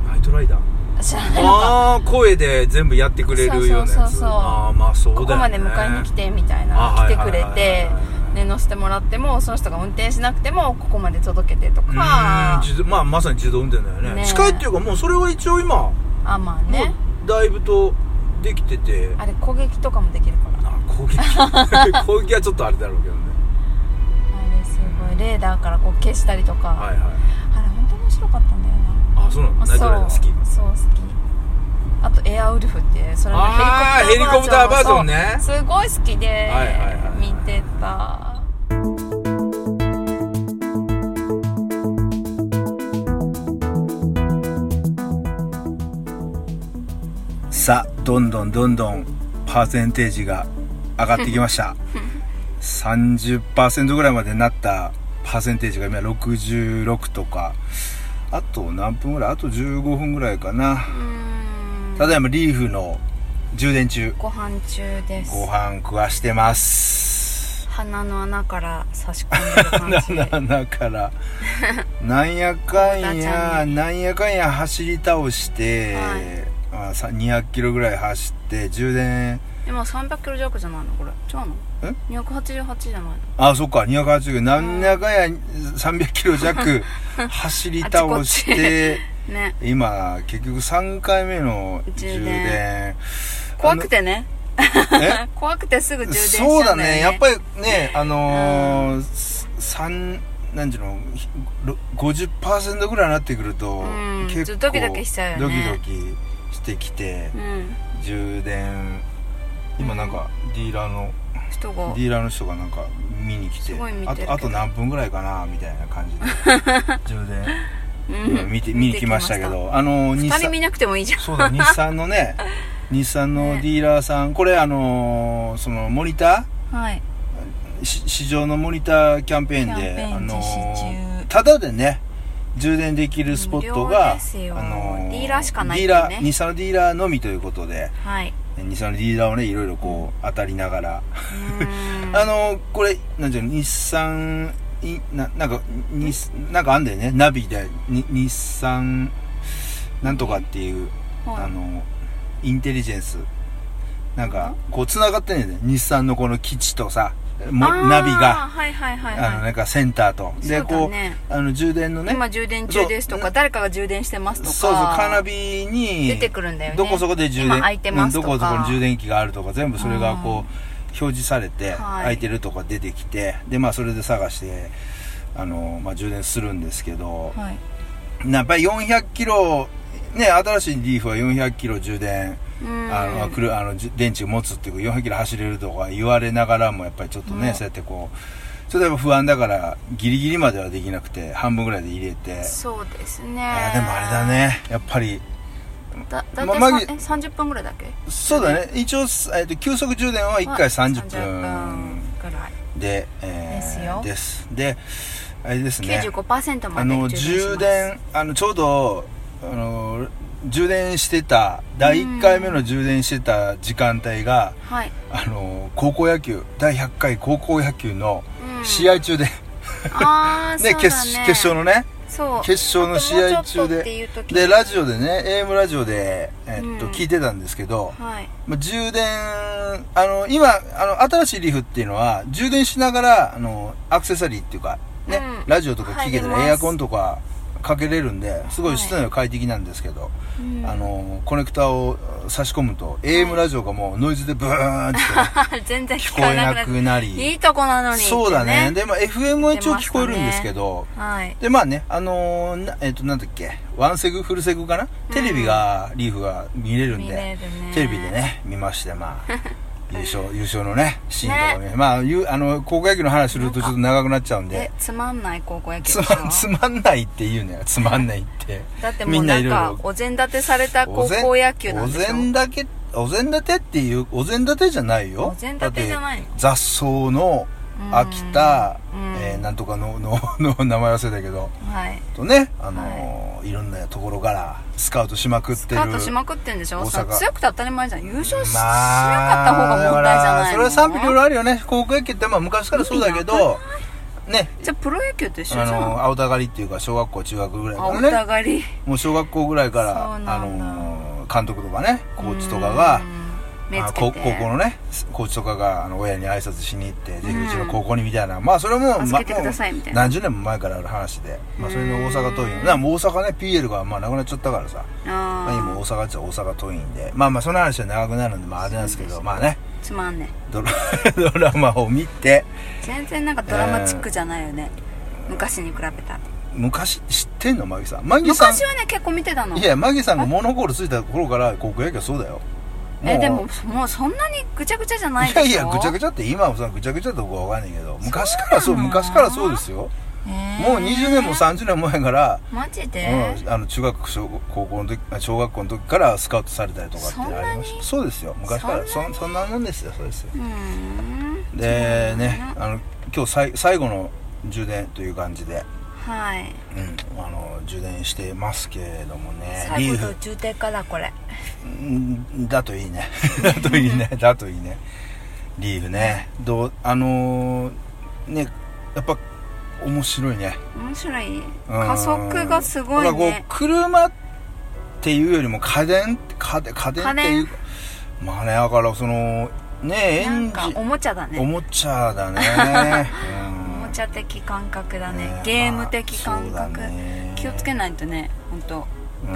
[SPEAKER 2] ナイトライダー
[SPEAKER 1] 知らないのか
[SPEAKER 2] ああ声で全部やってくれるようなやつ
[SPEAKER 1] そうそうそうそう
[SPEAKER 2] ああまあそう
[SPEAKER 1] こ
[SPEAKER 2] だよね
[SPEAKER 1] こまで迎えに来てみたい
[SPEAKER 2] あ
[SPEAKER 1] な
[SPEAKER 2] は
[SPEAKER 1] 来
[SPEAKER 2] い
[SPEAKER 1] て
[SPEAKER 2] は
[SPEAKER 1] く
[SPEAKER 2] いはい
[SPEAKER 1] れ
[SPEAKER 2] はい
[SPEAKER 1] て
[SPEAKER 4] ね、乗せてもらってもその人が運転しなくてもここまで届けてと
[SPEAKER 2] うん
[SPEAKER 4] か
[SPEAKER 2] 自動まあまさに自動運転だよね
[SPEAKER 4] ね
[SPEAKER 2] 近いっていうかもうそれは一応今、
[SPEAKER 4] あまあね
[SPEAKER 2] もうだいぶとできてて
[SPEAKER 4] あれ攻撃とかもできるから
[SPEAKER 2] あ攻撃攻撃は ちょっとあれだろうけどね
[SPEAKER 4] あれすごいレーダーからこう消したりとか、
[SPEAKER 2] はいはい
[SPEAKER 4] あれ本当面白かったんだよな
[SPEAKER 2] あそうなのナイトライダー好き
[SPEAKER 4] そう好きあとエアウルフっていうそれの
[SPEAKER 2] あー
[SPEAKER 4] ヘリコプターバージョン
[SPEAKER 2] ヘリコプターバージョンね
[SPEAKER 4] そうすごい好きで、
[SPEAKER 2] はいはいはい
[SPEAKER 4] 見てた
[SPEAKER 2] さあどんどんどんどんパーセンテージが上がってきました 30%ぐらいまでなったパーセンテージが今66とかあと何分ぐらいあと15分ぐらいかな
[SPEAKER 1] うん
[SPEAKER 2] ただいまリーフの充電中
[SPEAKER 1] ご飯中です
[SPEAKER 2] ご飯食わしてます
[SPEAKER 1] 鼻の穴から差し込んでる感じで
[SPEAKER 2] だからなんやかん
[SPEAKER 1] おばちゃ
[SPEAKER 2] やなんやかんや走り倒して、まあさ200キロぐらい走って充電
[SPEAKER 1] でも300キロ弱じゃないのこれ違うの
[SPEAKER 2] え
[SPEAKER 1] 288じゃないの
[SPEAKER 2] あそっか280なんやかんや300キロ弱走り倒して
[SPEAKER 1] ね
[SPEAKER 2] 今結局3回目の充
[SPEAKER 1] 充
[SPEAKER 2] 電
[SPEAKER 1] 電怖くてね
[SPEAKER 2] え
[SPEAKER 1] 怖くてすぐ充電しちゃう
[SPEAKER 2] そ
[SPEAKER 1] んだ
[SPEAKER 2] うだ
[SPEAKER 1] よね
[SPEAKER 2] ねやっぱりねあのー、3何ていうのひろ50%ぐらいになってくると、
[SPEAKER 1] うん
[SPEAKER 2] 結構
[SPEAKER 1] ちょっとドキドキしちゃうよね
[SPEAKER 2] ドキドキしてきて、
[SPEAKER 1] うん
[SPEAKER 2] 充電今なんかディーラーの
[SPEAKER 1] 人が
[SPEAKER 2] ディーラーの人がなんか見に来て
[SPEAKER 1] すごい見て
[SPEAKER 2] あ
[SPEAKER 1] るけど
[SPEAKER 2] とあと何分ぐらいかなみたいな感じ で充電
[SPEAKER 1] う
[SPEAKER 2] 今
[SPEAKER 1] ん
[SPEAKER 2] 見て見に来ましたけどあの日
[SPEAKER 1] 2人
[SPEAKER 2] 産
[SPEAKER 1] 見なくてもいいじゃん
[SPEAKER 2] そうだ日産 のね日産のディーラーさんこれあのーそのモニタ
[SPEAKER 1] はい
[SPEAKER 2] ーし市場のモニターキャンペーン
[SPEAKER 1] キャンペ
[SPEAKER 2] で
[SPEAKER 1] ーン
[SPEAKER 2] あのー
[SPEAKER 1] 実施中
[SPEAKER 2] ただでね充電できるスポット
[SPEAKER 1] 無料
[SPEAKER 2] が
[SPEAKER 1] ですよ
[SPEAKER 2] あの
[SPEAKER 1] ディーラーしかない
[SPEAKER 2] デ
[SPEAKER 1] っ
[SPEAKER 2] ィ
[SPEAKER 1] て
[SPEAKER 2] ー
[SPEAKER 1] ね
[SPEAKER 2] ラー日産のディーラーのみということで
[SPEAKER 1] はい
[SPEAKER 2] 日産のディーラーをねいろいろこう当たりながら
[SPEAKER 1] うーん
[SPEAKER 2] あのこれなんていうの日産いななんかになんかあんだよねナビでに日産なんとかっていう、
[SPEAKER 1] はい
[SPEAKER 2] あのインテリジェンスなんかこうつながってんねんね日産のこの基地とさも
[SPEAKER 1] あー
[SPEAKER 2] ナビが
[SPEAKER 1] はいはいはい
[SPEAKER 2] あの
[SPEAKER 1] は
[SPEAKER 2] ないんかセンターと、で
[SPEAKER 1] そうだ
[SPEAKER 2] こ
[SPEAKER 1] ね
[SPEAKER 2] うあの充電のね
[SPEAKER 1] 今充電中ですと
[SPEAKER 2] そ
[SPEAKER 1] か
[SPEAKER 2] う
[SPEAKER 1] 誰かが充電してますとか
[SPEAKER 2] そうそうカーナビに
[SPEAKER 1] 出てくるんだよね
[SPEAKER 2] どこそこで充電
[SPEAKER 1] 今空いてますとか
[SPEAKER 2] うんどこそこに充電器があるとか全部それ
[SPEAKER 1] う
[SPEAKER 2] が
[SPEAKER 1] ん
[SPEAKER 2] こう表示されて、
[SPEAKER 1] はい
[SPEAKER 2] 空いてるとか出てきてでまあそれで探してあの、まあ、充電するんですけど、
[SPEAKER 1] はい
[SPEAKER 2] なやっぱり400キロね新しいリーフは400キロ充電
[SPEAKER 1] うん
[SPEAKER 2] あのくるあのじ電池を持つっていうか400キロ走れるとか言われながらもやっぱりちょっとね、
[SPEAKER 1] うん
[SPEAKER 2] そうやってこうちょっとやっぱ不安だからギリギリまではできなくて半分ぐらいで入れて
[SPEAKER 1] そうですね
[SPEAKER 2] あーでもあれだねやっぱり
[SPEAKER 1] だだい
[SPEAKER 2] ま
[SPEAKER 1] たい
[SPEAKER 2] ま
[SPEAKER 1] さん
[SPEAKER 2] ぎ
[SPEAKER 1] え30分ぐらいだっけ
[SPEAKER 2] そうだね一応、すえっと急速充電は1回30分
[SPEAKER 1] ぐらい
[SPEAKER 2] で、
[SPEAKER 4] で
[SPEAKER 2] えー
[SPEAKER 4] すよ
[SPEAKER 2] ですであれですね
[SPEAKER 1] 95%ま
[SPEAKER 2] あ
[SPEAKER 1] で充
[SPEAKER 2] の
[SPEAKER 1] 電します
[SPEAKER 2] 充電あのちょうどあの充電してた第1回目の充電してた時間帯が、
[SPEAKER 1] はい
[SPEAKER 2] あの高校野球第100回高校野球の
[SPEAKER 1] うん
[SPEAKER 2] 試合中で、
[SPEAKER 1] ああそう
[SPEAKER 2] ね
[SPEAKER 1] だね
[SPEAKER 2] 決決勝のね
[SPEAKER 1] そう
[SPEAKER 2] 決勝の試合中
[SPEAKER 1] あともうちょっとってい
[SPEAKER 2] で
[SPEAKER 1] う時
[SPEAKER 2] でラジオでね AM ラジオで、えっと
[SPEAKER 1] うん
[SPEAKER 2] 聞いてたんですけど、
[SPEAKER 1] はい
[SPEAKER 2] まあ充電、あの、今、あの、新しいリーフっていうのは、充電しながら、あの、アクセサリーっていうか、ね、
[SPEAKER 1] うん
[SPEAKER 2] ラジオとか聞
[SPEAKER 1] 入
[SPEAKER 2] けた
[SPEAKER 1] れま
[SPEAKER 2] ら
[SPEAKER 1] す
[SPEAKER 2] エアコンとかかけれるんで、すご
[SPEAKER 1] はいい
[SPEAKER 2] 室内は快適なんですけど、
[SPEAKER 1] うん
[SPEAKER 2] あの、コネクタを差し込むと、AM ラジオがもうノイズでブー ンって
[SPEAKER 1] 全然
[SPEAKER 2] 聞
[SPEAKER 1] 聞
[SPEAKER 2] こ
[SPEAKER 1] か
[SPEAKER 2] え
[SPEAKER 1] なくな
[SPEAKER 2] な
[SPEAKER 1] っ
[SPEAKER 2] く な
[SPEAKER 1] てい
[SPEAKER 2] り、
[SPEAKER 1] いとこなのにって
[SPEAKER 2] そうだね。で、まあ FM は一応聞こえるんですけど、
[SPEAKER 1] はい
[SPEAKER 2] でまあねあのーなえっ、となんだっけワンセグフルセグかな、テレビがリーフが見れるん
[SPEAKER 1] 見
[SPEAKER 2] で
[SPEAKER 1] れるね
[SPEAKER 2] テレビでね見ましてま あ優勝優勝のねシーンとか見、まあゆあの高校野球の話するとちょっと長くなっちゃうん
[SPEAKER 1] え
[SPEAKER 2] で
[SPEAKER 1] つまんない高校野球
[SPEAKER 2] つ
[SPEAKER 1] でしょ
[SPEAKER 2] まつまんないって言うのよつまんないって
[SPEAKER 1] だって
[SPEAKER 2] み
[SPEAKER 1] もうん
[SPEAKER 2] な
[SPEAKER 1] ないん
[SPEAKER 2] ろい
[SPEAKER 1] か
[SPEAKER 2] ろ
[SPEAKER 1] お膳立てされた高校野球なんでし
[SPEAKER 2] お
[SPEAKER 1] ょ
[SPEAKER 2] 膳だけお膳立てっていうお膳立てじゃないよ
[SPEAKER 1] お膳立てじゃないの
[SPEAKER 2] だって雑草の秋田、
[SPEAKER 1] うん
[SPEAKER 2] えーなんとかのの の名前忘れたけど
[SPEAKER 1] はい
[SPEAKER 2] とね、あのーい、ろんなところからスカウトしまくっ
[SPEAKER 1] ス
[SPEAKER 2] てる
[SPEAKER 1] カートしまくってんでしょ
[SPEAKER 2] 大阪
[SPEAKER 1] さ強くて当たり前じゃん優勝し、
[SPEAKER 2] ま
[SPEAKER 1] 強か
[SPEAKER 2] あ
[SPEAKER 1] った方が問題じゃないの
[SPEAKER 2] だからそれは賛否両論あるよね高校野球ってまあ昔からそうだけどね
[SPEAKER 1] じゃあプロ野球と一緒じ
[SPEAKER 2] あ
[SPEAKER 1] ゃん
[SPEAKER 2] のー青たがりっていうか小学校中学ぐらい
[SPEAKER 1] あお
[SPEAKER 2] からね
[SPEAKER 1] 互い
[SPEAKER 2] もう小学校ぐらいから
[SPEAKER 1] そうなんだ
[SPEAKER 2] あのー監督とかねコーチとか
[SPEAKER 1] う
[SPEAKER 2] が
[SPEAKER 1] ん目
[SPEAKER 2] ま
[SPEAKER 1] つ
[SPEAKER 2] あ
[SPEAKER 1] けて、
[SPEAKER 2] 高高校のねコーチとかがあの親に挨拶しに行って、ぜひ
[SPEAKER 1] うん
[SPEAKER 2] うちの高校にみたいなまあそれも,、
[SPEAKER 1] 預
[SPEAKER 2] まあ、
[SPEAKER 1] けてくださいみたいな、
[SPEAKER 2] 何十年も前からある話で、まあ、それの大阪桐
[SPEAKER 1] う
[SPEAKER 2] 蔭
[SPEAKER 1] ん
[SPEAKER 2] なんかもう大阪ね PL がまあなくなっちゃったからさ、まあ、今
[SPEAKER 1] あ
[SPEAKER 2] 大阪って言ったら大阪桐蔭でまあまあその話は長くなるんでまああれなんですけどまあね
[SPEAKER 1] ーつまんね
[SPEAKER 2] ドラ ドラマを見て
[SPEAKER 1] 全然なんかドラマチックじゃないよね、昔に比べたら
[SPEAKER 2] 昔って知ってんのマギさんマギさん
[SPEAKER 1] 昔はね結構見てたの
[SPEAKER 2] いやマギさんがモノゴールついた頃から高校野球はそうだよ
[SPEAKER 1] えでももうそんなにぐちゃぐちゃじゃない
[SPEAKER 2] い
[SPEAKER 1] でし
[SPEAKER 2] や
[SPEAKER 1] ょ
[SPEAKER 2] いやぐちゃぐ
[SPEAKER 1] ち
[SPEAKER 2] ちゃって今もさぐちゃぐちゃとこはわかんないけど昔からそう昔からそうですよ
[SPEAKER 1] ゃ、
[SPEAKER 2] もう20年も30年も前から、
[SPEAKER 1] マジで、
[SPEAKER 2] うん、あの中学小高校の時あ小学校の時からスカウトされたりとかってありま
[SPEAKER 1] そんな
[SPEAKER 2] した
[SPEAKER 1] に
[SPEAKER 2] そうですよ昔から
[SPEAKER 1] そ
[SPEAKER 2] そ
[SPEAKER 1] んなんに
[SPEAKER 2] そんなもんですよそうですよ
[SPEAKER 1] うーん
[SPEAKER 2] でね
[SPEAKER 1] そうなんだ
[SPEAKER 2] あの今日さい最後の充電という感じで、
[SPEAKER 1] はい
[SPEAKER 2] うん、あの充電してますけれどもね
[SPEAKER 1] 最
[SPEAKER 2] リー
[SPEAKER 1] 後
[SPEAKER 2] フ
[SPEAKER 1] 途中でからこれ
[SPEAKER 2] うんだといいね だとい いねだといいねリーフねどうあのーねやっぱ面白いね
[SPEAKER 1] 面白い
[SPEAKER 2] うん
[SPEAKER 1] 加速がすごい
[SPEAKER 2] だからこ
[SPEAKER 1] ね
[SPEAKER 2] う車っていうよりも家電家電家電っていうまあねだからそのねエ
[SPEAKER 1] なん
[SPEAKER 2] ン
[SPEAKER 1] か
[SPEAKER 2] ジ
[SPEAKER 1] お
[SPEAKER 2] ン
[SPEAKER 1] もちゃだ
[SPEAKER 2] お
[SPEAKER 1] ね
[SPEAKER 2] もちゃだ ね、
[SPEAKER 1] お
[SPEAKER 2] うん
[SPEAKER 1] もちゃ的感覚だね
[SPEAKER 2] ね
[SPEAKER 1] ゲーム的感
[SPEAKER 2] まあ
[SPEAKER 1] 覚、
[SPEAKER 2] そうだね
[SPEAKER 1] 気をつけないとね本当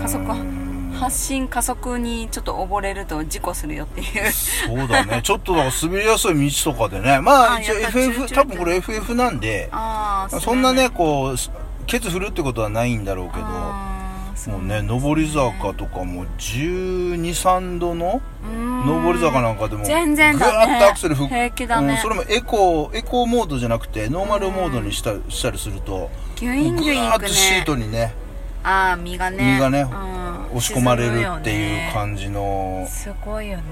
[SPEAKER 1] 加速
[SPEAKER 2] うん
[SPEAKER 1] 発進加速にちょっと溺れると事故するよっていう
[SPEAKER 2] そう だねちょっとだから滑りやすい道とかでねまあ
[SPEAKER 1] あ
[SPEAKER 2] 一応
[SPEAKER 1] やっぱり
[SPEAKER 2] FF
[SPEAKER 1] 中
[SPEAKER 2] 多
[SPEAKER 1] 々
[SPEAKER 2] 分これ FF なんで
[SPEAKER 1] ああ
[SPEAKER 2] そんなねこうケツ振るってことはないんだろうけどもうね上り坂とかも1 2 3度の上
[SPEAKER 1] 上
[SPEAKER 2] り坂なんかでも
[SPEAKER 1] 全然だね
[SPEAKER 2] ぐわっとアクセルふ
[SPEAKER 1] 平気だね
[SPEAKER 2] うんそれもエコーエコーモードじゃなくてノーマルモードにしたしたりすると
[SPEAKER 1] ギュ
[SPEAKER 2] も
[SPEAKER 1] イ
[SPEAKER 2] う
[SPEAKER 1] ン
[SPEAKER 2] ぐ
[SPEAKER 1] ギュインい
[SPEAKER 2] わっ
[SPEAKER 1] く
[SPEAKER 2] と
[SPEAKER 1] ね
[SPEAKER 2] シートにね
[SPEAKER 1] ああ身がね
[SPEAKER 2] 身がね
[SPEAKER 1] うん
[SPEAKER 2] 押し込まれ
[SPEAKER 1] 沈む
[SPEAKER 2] る
[SPEAKER 1] よね
[SPEAKER 2] っていう感じの
[SPEAKER 1] すごいよね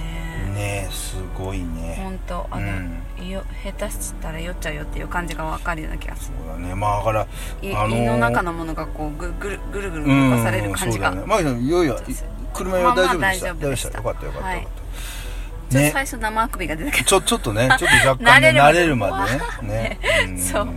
[SPEAKER 2] ねすごいね
[SPEAKER 1] 本当あの、よ下手したら酔っちゃうよっていう感じがわかるような気がす
[SPEAKER 2] そうだねまあだから
[SPEAKER 1] る、い
[SPEAKER 2] あのー
[SPEAKER 1] 胃の中のものがこうぐぐるぐるぐる
[SPEAKER 2] うん
[SPEAKER 1] 動かされる感じが、
[SPEAKER 2] そうだねマギさんいよいよい車は大丈夫
[SPEAKER 1] まあま
[SPEAKER 2] でした
[SPEAKER 1] あ大丈夫でした
[SPEAKER 2] よかったよかったよ
[SPEAKER 1] ち
[SPEAKER 2] かった
[SPEAKER 1] ょっと
[SPEAKER 2] ね
[SPEAKER 1] 最初生あくびが出たけど
[SPEAKER 2] ちょちょっとねちょっと若干ね慣
[SPEAKER 1] 慣
[SPEAKER 2] れ
[SPEAKER 1] れ
[SPEAKER 2] る
[SPEAKER 1] る
[SPEAKER 2] ま
[SPEAKER 1] ま
[SPEAKER 2] で
[SPEAKER 1] で
[SPEAKER 2] ねね ん
[SPEAKER 1] そう
[SPEAKER 2] そう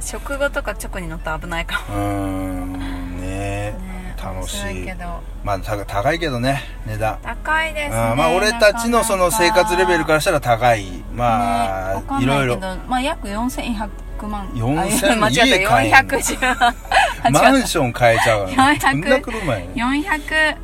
[SPEAKER 1] 食後とかチョコに乗ったら危ないか
[SPEAKER 2] うーんね
[SPEAKER 1] もね
[SPEAKER 2] 楽し
[SPEAKER 1] 面白
[SPEAKER 2] い
[SPEAKER 1] けど
[SPEAKER 2] まあた高いけどね値段
[SPEAKER 1] 高いですね
[SPEAKER 2] あーまあ俺たちのその生活レベルからしたら高いま
[SPEAKER 1] ねわか
[SPEAKER 2] あ
[SPEAKER 1] ん
[SPEAKER 2] い
[SPEAKER 1] な
[SPEAKER 2] ろい
[SPEAKER 1] いけ
[SPEAKER 2] ろ
[SPEAKER 1] どまあ約4100万
[SPEAKER 2] 4000
[SPEAKER 1] あ間違った
[SPEAKER 2] 家買えんの
[SPEAKER 1] 410
[SPEAKER 2] マ
[SPEAKER 1] 間違
[SPEAKER 2] ン
[SPEAKER 1] っ
[SPEAKER 2] ション買えちゃうか らね
[SPEAKER 1] 400
[SPEAKER 2] どんな車やね
[SPEAKER 1] た400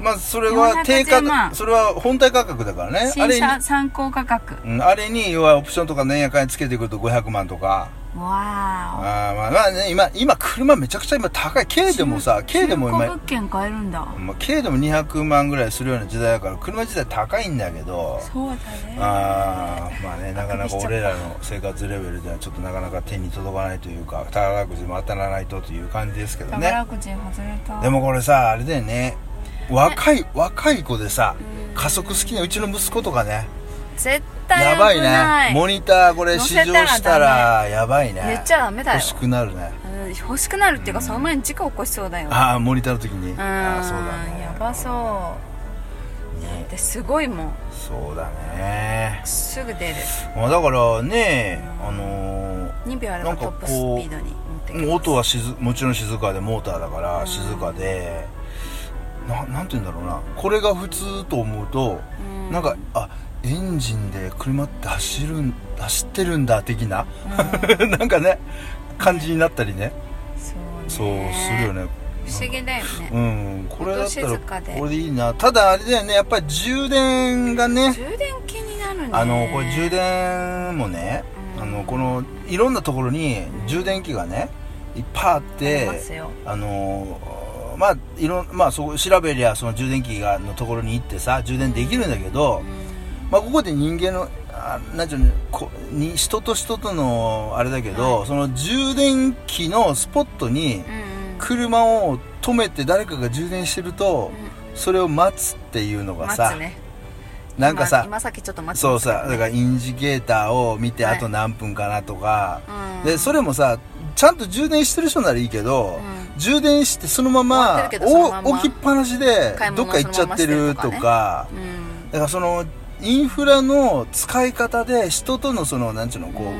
[SPEAKER 2] まあそれは定価
[SPEAKER 1] 410万
[SPEAKER 2] それは本体価格だからねあ
[SPEAKER 1] 新
[SPEAKER 2] れに
[SPEAKER 1] 車参考価格
[SPEAKER 2] うんあれに要はオプションとか年やかにつけてくると500万とかあ
[SPEAKER 1] わ
[SPEAKER 2] ーまあまあね今今車めちゃくちゃ今高い軽
[SPEAKER 1] ー
[SPEAKER 2] でもさ軽でも
[SPEAKER 1] 中
[SPEAKER 2] 今
[SPEAKER 1] 古物件買えるんだ
[SPEAKER 2] まあ軽でも200万ぐらいするような時代だから車自体高いんだけど
[SPEAKER 1] そうだね
[SPEAKER 2] あーまあねなかなか
[SPEAKER 1] あくびしちゃった
[SPEAKER 2] 俺らの生活レベルではちょっとなかなか手に届かないというか宝くじも当たらないとという感じですけどね
[SPEAKER 1] 宝くじ外れた
[SPEAKER 2] でもこれさあれだよね若い若い子でさ加速好きなうちの息子とかね
[SPEAKER 1] 絶対
[SPEAKER 2] や
[SPEAKER 1] 危
[SPEAKER 2] ば
[SPEAKER 1] ない
[SPEAKER 2] ねモニターこれ試乗したらやばいね
[SPEAKER 1] 言っちゃダメだよ
[SPEAKER 2] 欲しくなるね
[SPEAKER 1] うん欲しくなるっていうかその前に事故起こしそうだよ
[SPEAKER 2] ああモニターの時に
[SPEAKER 1] うん
[SPEAKER 2] ああそうだね
[SPEAKER 1] やばそうだってすごいもん
[SPEAKER 2] そうだね
[SPEAKER 1] すぐ出る
[SPEAKER 2] まあだからねあのー
[SPEAKER 1] 2秒あれ
[SPEAKER 2] な
[SPEAKER 1] ば
[SPEAKER 2] んか
[SPEAKER 1] ト
[SPEAKER 2] こう
[SPEAKER 1] ップスピードに持ってくる
[SPEAKER 2] 音は静もちろん静かでモーターだから静かで、ななんて言うんだろうなこれが普通と思うと、
[SPEAKER 1] うん
[SPEAKER 2] なんかあエンジンで車って走るん走ってるんだ的な、 なんかね感じになったりね
[SPEAKER 1] そ
[SPEAKER 2] そうう
[SPEAKER 1] ね
[SPEAKER 2] するよね
[SPEAKER 1] 不思議だよね
[SPEAKER 2] うんこれだった
[SPEAKER 1] 音静からで
[SPEAKER 2] これでいいなただあれだよねやっぱり充電がね
[SPEAKER 1] 充電気になるね
[SPEAKER 2] あのこれ充電もね、
[SPEAKER 1] うん
[SPEAKER 2] あのこのいろんなところに充電器がねいっぱいあって
[SPEAKER 1] ありますよ
[SPEAKER 2] あのーまあいろんまあそこ調べりゃその充電器がのところに行ってさ充電できるんだけど、
[SPEAKER 1] うん
[SPEAKER 2] まあここで人間のあなんていうのこに人と人とのあれだけど、その充電器のスポット
[SPEAKER 1] う
[SPEAKER 2] に
[SPEAKER 1] んうん
[SPEAKER 2] 車を止めて誰かが充電してると、それを待つっていうのが
[SPEAKER 1] 待
[SPEAKER 2] さ、
[SPEAKER 1] つね
[SPEAKER 2] なんか
[SPEAKER 1] 今
[SPEAKER 2] さ
[SPEAKER 1] 今さっきちょっと待って
[SPEAKER 2] そうさだかららインジケーターを見て
[SPEAKER 1] はい
[SPEAKER 2] あと何分かなとか、
[SPEAKER 1] うん
[SPEAKER 2] でそれもさちゃんと充電してる人ならいいけど、
[SPEAKER 1] う
[SPEAKER 2] 充電してそのま
[SPEAKER 1] 終わ
[SPEAKER 2] ま
[SPEAKER 1] ってるけどそのまんま
[SPEAKER 2] お置きっぱなしで
[SPEAKER 1] 買い
[SPEAKER 2] ど
[SPEAKER 1] 物
[SPEAKER 2] っか行っちゃってると
[SPEAKER 1] そのまんましてるとかね
[SPEAKER 2] か
[SPEAKER 1] うん
[SPEAKER 2] だからそのインフラの使い方で人とのそのなんちゅうのこう、
[SPEAKER 1] うん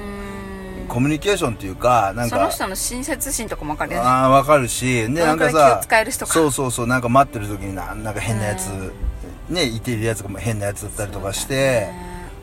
[SPEAKER 2] コミュニケーションっていうかなん
[SPEAKER 1] その
[SPEAKER 2] か
[SPEAKER 1] 人の親切心とかもわかるよね
[SPEAKER 2] ああわかるしね
[SPEAKER 1] ど
[SPEAKER 2] なん
[SPEAKER 1] のくらい
[SPEAKER 2] かさ
[SPEAKER 1] 気を使える人か
[SPEAKER 2] そうそうそうなんか待ってる時にななんか変なやつねいてるやつが変なやつだったりとかして、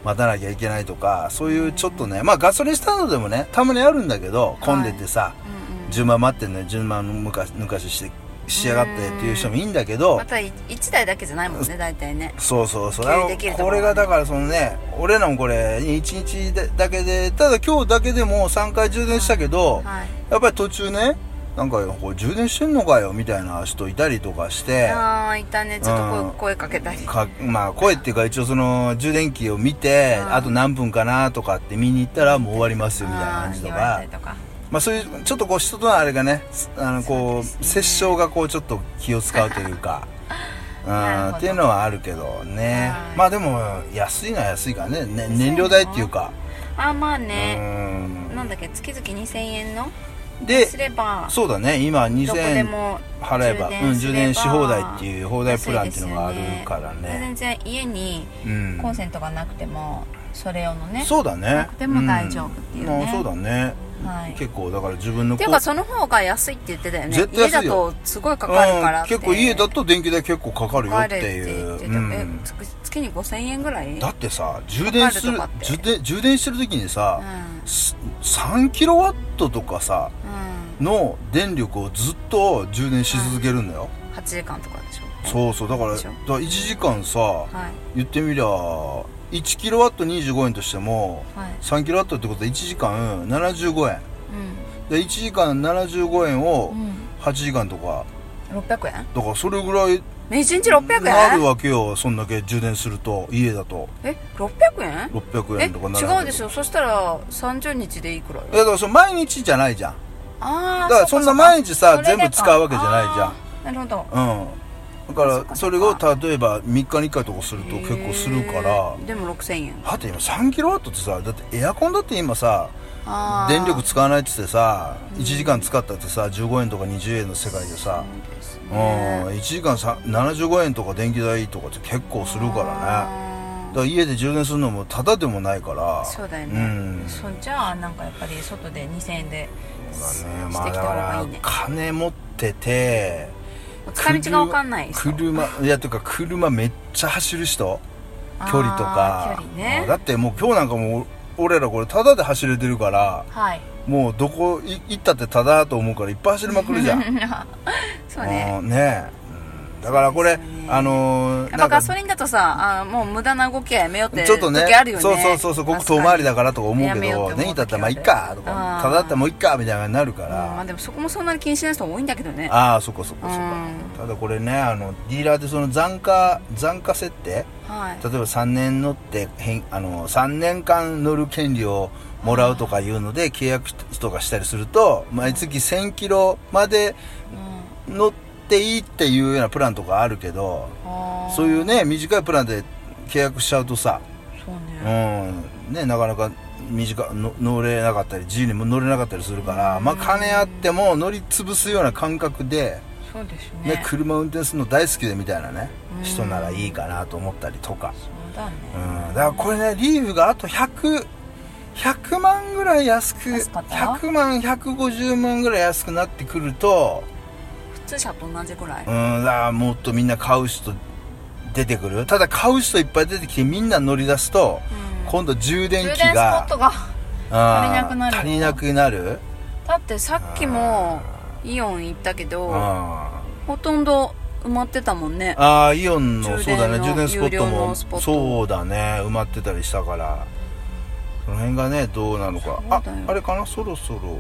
[SPEAKER 2] 待たなきゃいけないとかそういうちょっとねまあガソリンスタンドでもねたまにあるんだけど混んでてさ、
[SPEAKER 1] うんうん
[SPEAKER 2] 順番待ってんのに順番抜か抜かししてしやがってっていう人もいいんだけど
[SPEAKER 1] また1台だけじゃないもんね大体ね
[SPEAKER 2] そうそうそう
[SPEAKER 1] 経営
[SPEAKER 2] あの
[SPEAKER 1] できるとこ
[SPEAKER 2] こ
[SPEAKER 1] ろ
[SPEAKER 2] れ
[SPEAKER 1] はね
[SPEAKER 2] がだからそのね俺らもこれ1日でだけでただ今日だけでも3回充電したけど、
[SPEAKER 1] はい
[SPEAKER 2] やっぱり途中ねなんかこれ充電してんのかよみたいな人いたりとかして
[SPEAKER 1] ああいたねちょっと声,、
[SPEAKER 2] うん
[SPEAKER 1] 声かけたり
[SPEAKER 2] かまあ声っていうか一応その充電器を見て
[SPEAKER 1] うん
[SPEAKER 2] あと何分かなとかって見に行ったらもう終わりますよみたいな感じと
[SPEAKER 1] あー言わ
[SPEAKER 2] か
[SPEAKER 1] れたりとか
[SPEAKER 2] まあそういうちょっとこう人とのあれがねすあのこ
[SPEAKER 1] そうですね
[SPEAKER 2] う折衝がこうちょっと気を使うというか う
[SPEAKER 1] なるほ
[SPEAKER 2] ん
[SPEAKER 1] ど
[SPEAKER 2] っていうのはあるけどね
[SPEAKER 1] はい
[SPEAKER 2] まあでも安いのは安いからねね燃料代っていうか
[SPEAKER 1] あーまあ
[SPEAKER 2] う
[SPEAKER 1] ね、
[SPEAKER 2] ん
[SPEAKER 1] なんだっけ月々2000円の
[SPEAKER 2] です
[SPEAKER 1] れば
[SPEAKER 2] そうだね
[SPEAKER 1] ど
[SPEAKER 2] 今
[SPEAKER 1] こで
[SPEAKER 2] 2000
[SPEAKER 1] も
[SPEAKER 2] 払え
[SPEAKER 1] 充電すれば
[SPEAKER 2] ばうん充電し放題っていう放題プランっていうのがあるからね
[SPEAKER 1] 全然家に
[SPEAKER 2] うん
[SPEAKER 1] コンセントがなくてもそれ用のね
[SPEAKER 2] そうだ
[SPEAKER 1] な
[SPEAKER 2] ね
[SPEAKER 1] くても大丈夫っていうね
[SPEAKER 2] んまあそうだね
[SPEAKER 1] はい
[SPEAKER 2] 結構だから自分の
[SPEAKER 1] っていうかその方が安いって言ってたよね
[SPEAKER 2] 絶対安いよ
[SPEAKER 1] 家だとすごいかかるから
[SPEAKER 2] う
[SPEAKER 1] っ
[SPEAKER 2] ん
[SPEAKER 1] て、
[SPEAKER 2] 結構家だ
[SPEAKER 1] か
[SPEAKER 2] と電気代結構かかるよ
[SPEAKER 1] か
[SPEAKER 2] っ
[SPEAKER 1] る
[SPEAKER 2] て
[SPEAKER 1] って
[SPEAKER 2] いう
[SPEAKER 1] 言ってた、
[SPEAKER 2] うん
[SPEAKER 1] えつ月に5000円ぐらい
[SPEAKER 2] だってさ充電する
[SPEAKER 1] かかるとかって
[SPEAKER 2] 充電充電してる時に
[SPEAKER 1] う
[SPEAKER 2] さ
[SPEAKER 1] ん、
[SPEAKER 2] す3キロワットとかさ
[SPEAKER 1] う
[SPEAKER 2] の電力をずっと充電し続けるんだよ、
[SPEAKER 1] ん、8時間とかでしょ
[SPEAKER 2] そうそうだから
[SPEAKER 1] で
[SPEAKER 2] だ
[SPEAKER 1] しょ
[SPEAKER 2] から1時間さ
[SPEAKER 1] はい
[SPEAKER 2] 言ってみりゃ1キロワット25円としても
[SPEAKER 1] はい
[SPEAKER 2] 3キロワットってことは1時間75円で1時間75円
[SPEAKER 1] う
[SPEAKER 2] を
[SPEAKER 1] ん、
[SPEAKER 2] 8時間とか
[SPEAKER 1] うん、600円
[SPEAKER 2] だからそれぐらい
[SPEAKER 1] ね一日600円
[SPEAKER 2] なるわけよそんだけ充電すると家だと
[SPEAKER 1] え600円
[SPEAKER 2] 600
[SPEAKER 1] え
[SPEAKER 2] 円とかな
[SPEAKER 1] 違うでし
[SPEAKER 2] ょ
[SPEAKER 1] ょそしたら30日でいくらよ
[SPEAKER 2] いやだからその毎日じゃないじゃん
[SPEAKER 1] ああ
[SPEAKER 2] だからそんな毎日さ全部使うわけじゃ
[SPEAKER 1] ないじゃんなるほど
[SPEAKER 2] ないじゃんうん
[SPEAKER 1] そっ
[SPEAKER 2] だか
[SPEAKER 1] からそ
[SPEAKER 2] そ
[SPEAKER 1] っか
[SPEAKER 2] れを例えば3日に1回とかすると結構するから
[SPEAKER 1] へーでも6000円
[SPEAKER 2] だって今3キロワットってさだってエアコンだって今さ
[SPEAKER 1] あー
[SPEAKER 2] 電力使わないっつってさ1時間使ったってさ15円とか20円の世界でさ
[SPEAKER 1] そうです
[SPEAKER 2] うん
[SPEAKER 1] ね
[SPEAKER 2] 1時間さ75円とか電気代とかって結構するからね
[SPEAKER 1] あー
[SPEAKER 2] だから家で充電するのもタダでもないから
[SPEAKER 1] そうだよ
[SPEAKER 2] う
[SPEAKER 1] ね
[SPEAKER 2] ん
[SPEAKER 1] そうじゃあなんかやっぱり外で2000円でし
[SPEAKER 2] そ
[SPEAKER 1] て
[SPEAKER 2] うだね
[SPEAKER 1] き
[SPEAKER 2] まあ
[SPEAKER 1] た
[SPEAKER 2] だ
[SPEAKER 1] 方がい
[SPEAKER 2] か
[SPEAKER 1] いね
[SPEAKER 2] ら金持ってて
[SPEAKER 1] 使い道が分かんない人
[SPEAKER 2] 車いやというか車めっちゃ走る人
[SPEAKER 1] あ
[SPEAKER 2] 距
[SPEAKER 1] ー
[SPEAKER 2] 離とか
[SPEAKER 1] 距離ね
[SPEAKER 2] だってもう今日なんかもう俺らこれタダで走れてるから
[SPEAKER 1] はい
[SPEAKER 2] もうどこい行ったってタダだと思うからいっぱい走りまく るじゃん
[SPEAKER 1] そうね
[SPEAKER 2] うんねえうんだからこれ、
[SPEAKER 1] そうですよね
[SPEAKER 2] あの
[SPEAKER 1] や
[SPEAKER 2] ー
[SPEAKER 1] っ
[SPEAKER 2] な
[SPEAKER 1] ぱ
[SPEAKER 2] んか
[SPEAKER 1] ガソリンだとさあーもう無駄な動きはやめようって
[SPEAKER 2] ちょっとね
[SPEAKER 1] 時あるよね
[SPEAKER 2] そうそうそうそうここ遠回りだからとか思うけ
[SPEAKER 1] やめようって思う
[SPEAKER 2] ど
[SPEAKER 1] 時
[SPEAKER 2] ネギだったらまあいっかと
[SPEAKER 1] あ
[SPEAKER 2] か
[SPEAKER 1] ー
[SPEAKER 2] タダだったらもういっかみたいなになるか
[SPEAKER 1] うんま
[SPEAKER 2] ら、
[SPEAKER 1] あでもそこもそんなに気にしない人多いんだけどね
[SPEAKER 2] ああそっかそっ
[SPEAKER 1] う
[SPEAKER 2] かそっか、
[SPEAKER 1] ん
[SPEAKER 2] ただこれねあのディーラーでその残価残価設定例え
[SPEAKER 1] はい
[SPEAKER 2] ば3年乗ってへんあの3年間乗る権利をもらうとかいうので契約とかしたりすると毎月1000キロまで乗っていいっていうようなプランとかあるけどそういう
[SPEAKER 1] ね
[SPEAKER 2] ね短いプランで契約しちゃうとさ、
[SPEAKER 1] そう
[SPEAKER 2] う
[SPEAKER 1] ね
[SPEAKER 2] んね、なかなか短いの乗れなかったり自由にも乗れなかったりするから、まあ、金あっても乗り潰すような感覚で。
[SPEAKER 1] そうです
[SPEAKER 2] ね
[SPEAKER 1] ね
[SPEAKER 2] 車運転するの大好きでみたいなね
[SPEAKER 1] うん
[SPEAKER 2] 人ならいいかなと思ったりとか、
[SPEAKER 1] そうだね
[SPEAKER 2] うん、だからこれねリーフがあと100100万ぐらい安く
[SPEAKER 1] 安かった
[SPEAKER 2] 100万150万ぐらい安くなってくると
[SPEAKER 1] 普通車と同じぐらい
[SPEAKER 2] うんだからもっとみんな買う人出てくるただ買う人いっぱい出てきてみんな乗り出すと
[SPEAKER 1] うん
[SPEAKER 2] 今度充電
[SPEAKER 1] 充
[SPEAKER 2] 器
[SPEAKER 1] 電スポ
[SPEAKER 2] が
[SPEAKER 1] ットが
[SPEAKER 2] 足
[SPEAKER 1] りなくなる
[SPEAKER 2] 足りなくなる
[SPEAKER 1] だってさっきもイオン行ったけ
[SPEAKER 2] う
[SPEAKER 1] ど
[SPEAKER 2] んあ
[SPEAKER 1] ほとんど埋まってたもんね
[SPEAKER 2] あイオンの
[SPEAKER 1] 充
[SPEAKER 2] そ
[SPEAKER 1] 電
[SPEAKER 2] う
[SPEAKER 1] の
[SPEAKER 2] だね充電スポット
[SPEAKER 1] 有料
[SPEAKER 2] も
[SPEAKER 1] のスポット
[SPEAKER 2] そうだね埋まってたりしたからその辺がねどうなのか
[SPEAKER 1] そう
[SPEAKER 2] あ
[SPEAKER 1] だよ
[SPEAKER 2] あれかなそろそろ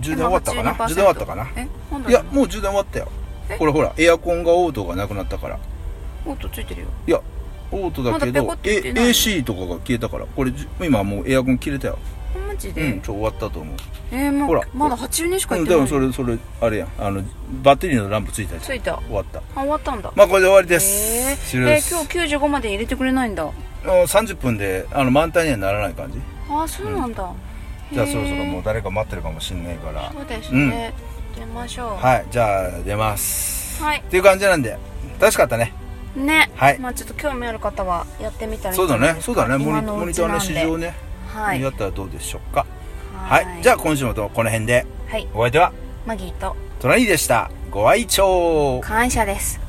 [SPEAKER 2] 充電終わったかな
[SPEAKER 1] 今82%
[SPEAKER 2] 充電終わったかな
[SPEAKER 1] え本
[SPEAKER 2] い
[SPEAKER 1] 来
[SPEAKER 2] や
[SPEAKER 1] の
[SPEAKER 2] もう充電終わったよ
[SPEAKER 1] え
[SPEAKER 2] ほらほらエアコンがオートがなくなったから
[SPEAKER 1] もっとついてるよ
[SPEAKER 2] いやオートだ
[SPEAKER 1] ま
[SPEAKER 2] けど、
[SPEAKER 1] だペコって言って
[SPEAKER 2] え
[SPEAKER 1] ない
[SPEAKER 2] AC とかが消えたからこれじゅ今もうエアコン切れたよ、
[SPEAKER 1] マジ
[SPEAKER 2] う
[SPEAKER 1] で、
[SPEAKER 2] んちょ終わったと思う
[SPEAKER 1] えー、もう
[SPEAKER 2] ほら
[SPEAKER 1] まだ82しか
[SPEAKER 2] う
[SPEAKER 1] 行
[SPEAKER 2] ん
[SPEAKER 1] って
[SPEAKER 2] で
[SPEAKER 1] ない、
[SPEAKER 2] もそれそれあれやんあのバッテリーのランプついたやつ
[SPEAKER 1] ついた
[SPEAKER 2] 終わった
[SPEAKER 1] あ終わったんだ
[SPEAKER 2] まあこれで終わりです、
[SPEAKER 1] え
[SPEAKER 2] 終了
[SPEAKER 1] ー、え
[SPEAKER 2] です
[SPEAKER 1] ー今日95まで入れてくれないんだ
[SPEAKER 2] うん30分であの満タンにはならない感じ
[SPEAKER 1] あそうなんだ、
[SPEAKER 2] じゃあ
[SPEAKER 1] へー
[SPEAKER 2] そろそろもう誰か待ってるかもしんないから
[SPEAKER 1] そうですね、出ましょうは
[SPEAKER 2] はいじゃあ出ます
[SPEAKER 1] い、
[SPEAKER 2] っていう感じなんで楽しかったね
[SPEAKER 1] ね、
[SPEAKER 2] はい
[SPEAKER 1] まあちょっと興味ある方はやってみたらいい
[SPEAKER 2] そ
[SPEAKER 1] ん
[SPEAKER 2] う
[SPEAKER 1] じゃ
[SPEAKER 2] だ
[SPEAKER 1] ない
[SPEAKER 2] ね
[SPEAKER 1] です
[SPEAKER 2] そ
[SPEAKER 1] か
[SPEAKER 2] うだねモ
[SPEAKER 1] 今
[SPEAKER 2] ニ
[SPEAKER 1] の
[SPEAKER 2] モ
[SPEAKER 1] う
[SPEAKER 2] ニ
[SPEAKER 1] ち
[SPEAKER 2] ター
[SPEAKER 1] なん
[SPEAKER 2] の
[SPEAKER 1] で
[SPEAKER 2] 市場ね
[SPEAKER 1] はい
[SPEAKER 2] やったらどうでしょうか
[SPEAKER 1] は、
[SPEAKER 2] はいい、じゃあ今週もとこの辺で
[SPEAKER 1] はい
[SPEAKER 2] お相手は
[SPEAKER 1] マギーと
[SPEAKER 2] トラニーでしたご愛聴
[SPEAKER 1] 感謝です